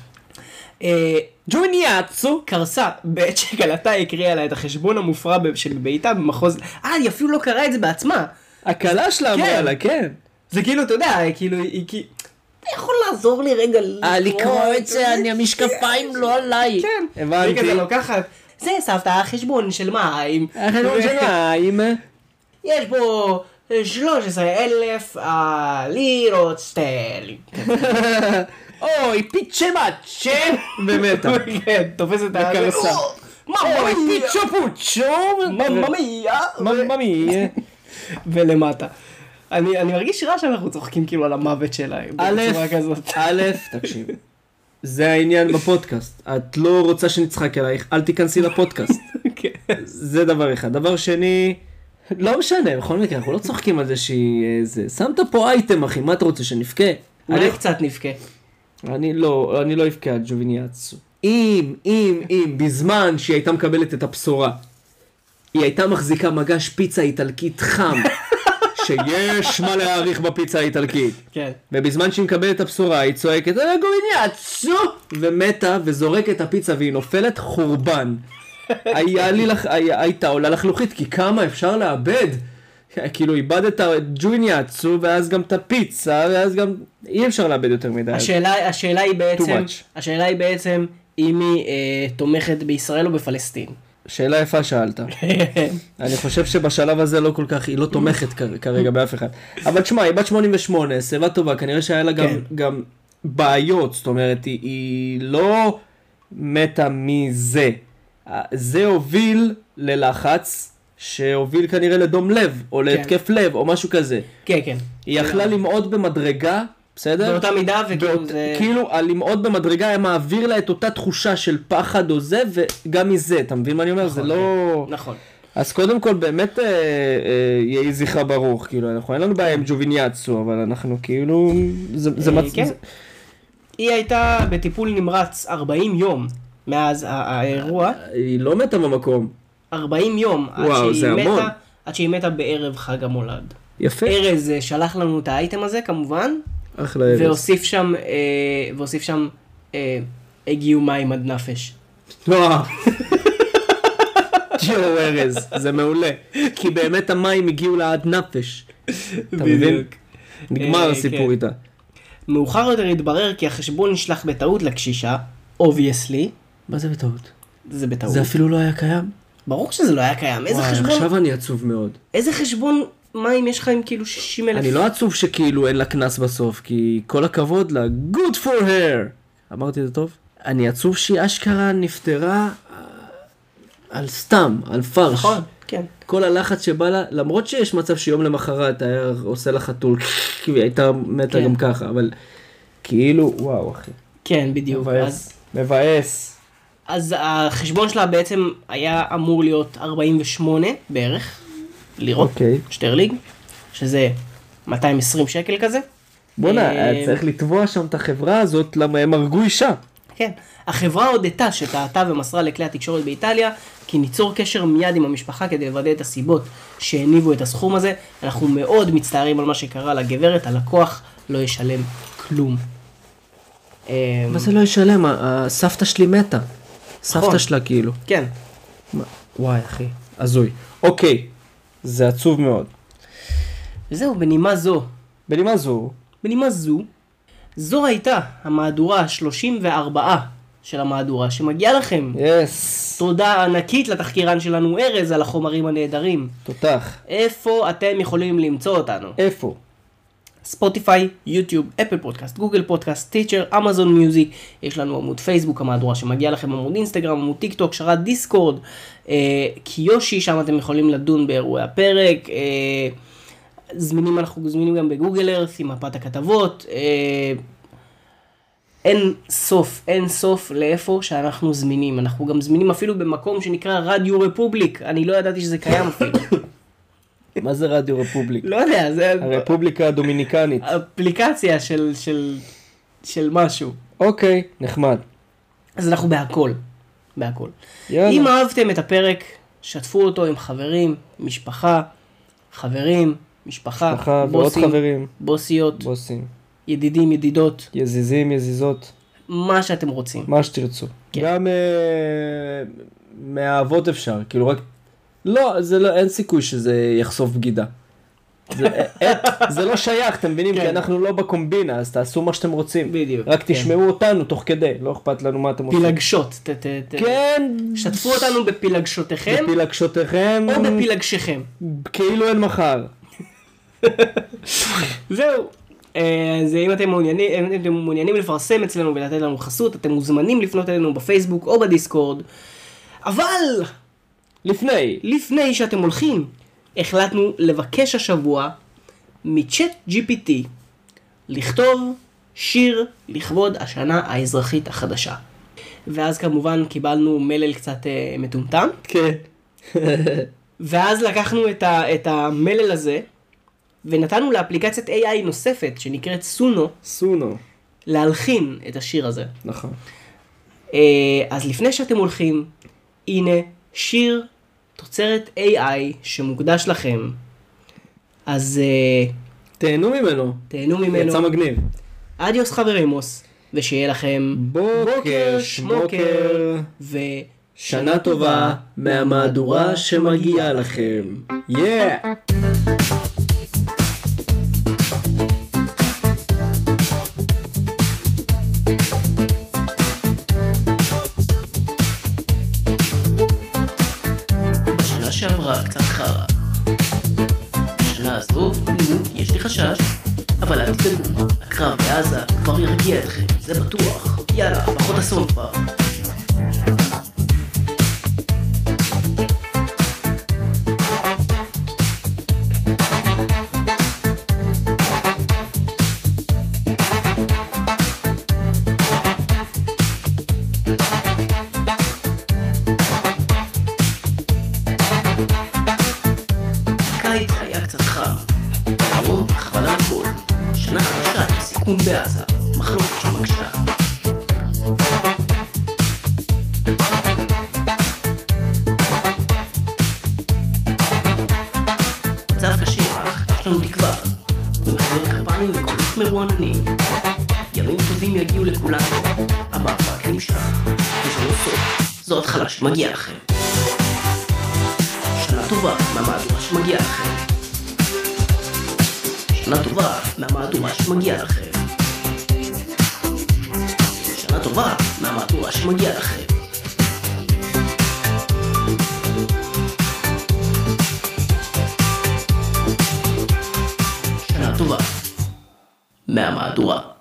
אה,
ג'וביניאצו!
קרסה בעת שכלתה הקריאה לה את החשבון המופרע ב- שבביתה במחוז... אה, היא אפילו לא קראה את זה בעצמה.
הכלה שלה אמרה
כן.
לה, כן.
זה כאילו, אתה יודע, כאילו, היא כאילו... אתה יכול לעזור לי רגע
אה, המשקפיים לא עליי.
כן. היא
הבנתי.
כזה לוקחת. זה סבתא, החשבון של מים.
החלום של מים.
יש פה 13 אלף אה, לירות סטרלינג.
אוי, פיצ'ה מאצ'ה. ומתה.
כן, תופס את ה...
וקרסה.
מממיה,
פיצ'ה פוצ'ו.
מממיה.
מממי.
אה? ולמטה. אני, אני מרגיש רע שאנחנו צוחקים כאילו על המוות שלהם.
א', אה,
בצורה כזאת.
א', תקשיב. זה העניין בפודקאסט. את לא רוצה שנצחק עלייך, אל תיכנסי לפודקאסט.
כן.
זה דבר אחד. דבר שני, לא משנה, בכל מקרה, אנחנו לא צוחקים על זה שהיא... אה, זה. שמת פה אייטם, אחי, מה אתה רוצה, שנבכה? אני,
אולי קצת נבכה.
אני לא, אני לא אבכה על ג'וביניאצו. אם, אם, אם, בזמן שהיא הייתה מקבלת את הבשורה, היא הייתה מחזיקה מגש פיצה איטלקית חם, שיש מה להעריך בפיצה האיטלקית.
כן.
ובזמן שהיא מקבלת את הבשורה, היא צועקת, "אה, גוביניאצו! ומתה, וזורקת את הפיצה, והיא נופלת חורבן. היה לי לך, היה- הייתה עולה לך לוחית, כי כמה אפשר לאבד? כאילו, איבדת את ג'וניאצו, ואז גם את הפיצה, ואז גם... אי אפשר לאבד יותר מדי.
השאלה, השאלה היא בעצם,
much.
השאלה היא בעצם אם היא אה, תומכת בישראל או בפלסטין.
שאלה יפה שאלת. אני חושב שבשלב הזה לא כל כך, היא לא תומכת כ- כרגע באף אחד. אבל תשמע, היא בת 88, שיבה טובה, כנראה שהיה לה גם,
כן.
גם בעיות, זאת אומרת, היא, היא לא מתה מזה. אה, זה הוביל ללחץ, שהוביל כנראה לדום לב, או להתקף לב, או משהו כזה.
כן, כן.
היא יכלה למעוד במדרגה, בסדר?
באותה מידה וכאילו
באות-
זה...
כאילו, הלמעוד במדרגה היה מעביר לה את אותה תחושה של פחד או זה, וגם מזה, אתה מבין מה אני אומר? זה לא...
נכון.
אז קודם כל באמת אה, אה, יהי זכרה ברוך, כאילו, אנחנו אין לנו בעיה עם ג'וביניאצו, אבל אנחנו כאילו, זה, זה
אה,
מצ...
כן.
זה-
היא הייתה בטיפול נמרץ 40 יום מאז ה- האירוע.
היא לא מתה במקום.
40 יום. עד
וואו,
שהיא
זה
מתה-
המון. כן.
עד שהיא מתה בערב חג המולד.
יפה.
ארז אה, שלח לנו את האייטם הזה כמובן,
אחלה ארז.
והוסיף שם, אה, והוסיף שם, אה, הגיעו מים עד נפש.
וואו. לא. יואו ארז, זה מעולה. כי באמת המים הגיעו לה עד נפש. אתה מבין?
אה,
נגמר הסיפור
כן.
איתה.
מאוחר יותר התברר כי החשבון נשלח בטעות לקשישה, אובייסלי,
מה זה בטעות?
זה בטעות.
זה אפילו לא היה קיים?
ברור שזה לא היה קיים, איזה
וואי,
חשבון,
עכשיו אני עצוב מאוד.
איזה חשבון מים יש לך עם כאילו 60 אלף?
אני לא עצוב שכאילו אין לה קנס בסוף, כי כל הכבוד לה, good for her! אמרתי את זה טוב? אני עצוב שהיא אשכרה נפטרה אה, על סתם, על פרש.
נכון, כן.
כל הלחץ שבא לה, למרות שיש מצב שיום למחרת היה עושה לה חתול, כי היא הייתה מתה
כן.
גם ככה, אבל כאילו, וואו אחי,
כן, בדיוק. אז,
מבאס. מבאס.
אז החשבון שלה בעצם היה אמור להיות 48 בערך, לירות,
אוקיי.
שטרלינג, שזה 220 שקל כזה.
בואנה,
אה,
היה צריך לתבוע שם את החברה הזאת, למה הם הרגו אישה.
כן. החברה הודתה שטעתה ומסרה לכלי התקשורת באיטליה, כי ניצור קשר מיד עם המשפחה כדי לוודא את הסיבות שהניבו את הסכום הזה. אנחנו מאוד מצטערים על מה שקרה לגברת, הלקוח לא ישלם כלום. אה,
מה זה לא ישלם? ה- הסבתא שלי מתה. סבתא שלה כאילו.
כן.
וואי אחי, הזוי. אוקיי, זה עצוב מאוד.
וזהו, בנימה זו,
בנימה זו,
בנימה זו, זו הייתה המהדורה ה-34 של המהדורה שמגיעה לכם.
יס,
תודה ענקית לתחקירן שלנו ארז על החומרים הנהדרים.
תותח.
איפה אתם יכולים למצוא אותנו?
איפה?
ספוטיפיי, יוטיוב, אפל פודקאסט, גוגל פודקאסט, טיצ'ר, אמזון מיוזיק, יש לנו עמוד פייסבוק, המהדורה שמגיע לכם, עמוד אינסטגרם, עמוד טיק טוק, שרת דיסקורד, אה, קיושי, שם אתם יכולים לדון באירועי הפרק, אה, זמינים, אנחנו זמינים גם בגוגל ארס עם מפת הכתבות, אה, אין סוף, אין סוף לאיפה שאנחנו זמינים, אנחנו גם זמינים אפילו במקום שנקרא רדיו רפובליק, אני לא ידעתי שזה קיים אפילו,
מה זה רדיו רפובליק?
לא יודע, זה...
הרפובליקה הדומיניקנית.
אפליקציה של, של, של משהו.
אוקיי, נחמד.
אז אנחנו בהכל, בהכל.
יאללה.
אם אהבתם את הפרק, שתפו אותו עם חברים, משפחה, חברים, משפחה,
משפחה ועוד חברים.
בוסיות,
בוסים,
ידידים, ידידות,
יזיזים, יזיזות,
מה שאתם רוצים.
מה שתרצו.
כן.
גם אה, מהאהבות אפשר, כאילו רק... לא, זה לא, אין סיכוי שזה יחשוף בגידה. זה, אה, זה לא שייך, אתם מבינים? כי
כן.
אנחנו לא בקומבינה, אז תעשו מה שאתם רוצים.
בדיוק,
רק
כן.
תשמעו אותנו תוך כדי, לא אכפת לנו מה אתם עושים.
פילגשות, ת, ת, ת,
כן,
שתפו אותנו בפילגשותיכם,
בפילגשותיכם,
כן. או בפילגשיכם.
כאילו אין מחר.
זהו. אה, אז אם אתם מעוניינים, אם אתם מעוניינים לפרסם אצלנו ולתת לנו חסות, אתם מוזמנים לפנות אלינו בפייסבוק או בדיסקורד. אבל
לפני,
לפני שאתם הולכים, החלטנו לבקש השבוע מצ'אט GPT לכתוב שיר לכבוד השנה האזרחית החדשה. ואז כמובן קיבלנו מלל קצת אה, מטומטם,
כן.
ואז לקחנו את, ה, את המלל הזה ונתנו לאפליקציית AI נוספת שנקראת סונו
סונו.
להלחין את השיר הזה.
נכון.
אה, אז לפני שאתם הולכים, הנה שיר תוצרת AI שמוקדש לכם. אז אה,
תהנו ממנו.
תהנו ממנו.
יצא מגניב.
אדיוס חברימוס, ושיהיה לכם
בוקר, שמוקר. שנה טובה מהמהדורה שמגיעה לכם. יאה!
בשנה שעברה קצת חרא. בשנה הזו, נו, יש לי חשש. אבל אל תדאגו, הקרב בעזה כבר ירגיע אתכם, זה בטוח. יאללה, פחות אסון כבר. הקיץ היה קצת חם. הרוב חבל על הכל. שנה חדשה עם סיכון בעזה, מחלוקת שמקשה. מצב קשה רק, יש לנו תקווה. במחזור כפיים וקולות מרועננים. ימים טובים יגיעו לכולנו. המאבק נמשך. וזה לא סוף. זו התחלה שמגיעה לכם. שנה טובה מהמהדורה שמגיעה לכם. שנה טובה מהמהדורה שמגיעה לכם. שנה טובה מהמהדורה שמגיעה לכם. שנה טובה מהמהדורה.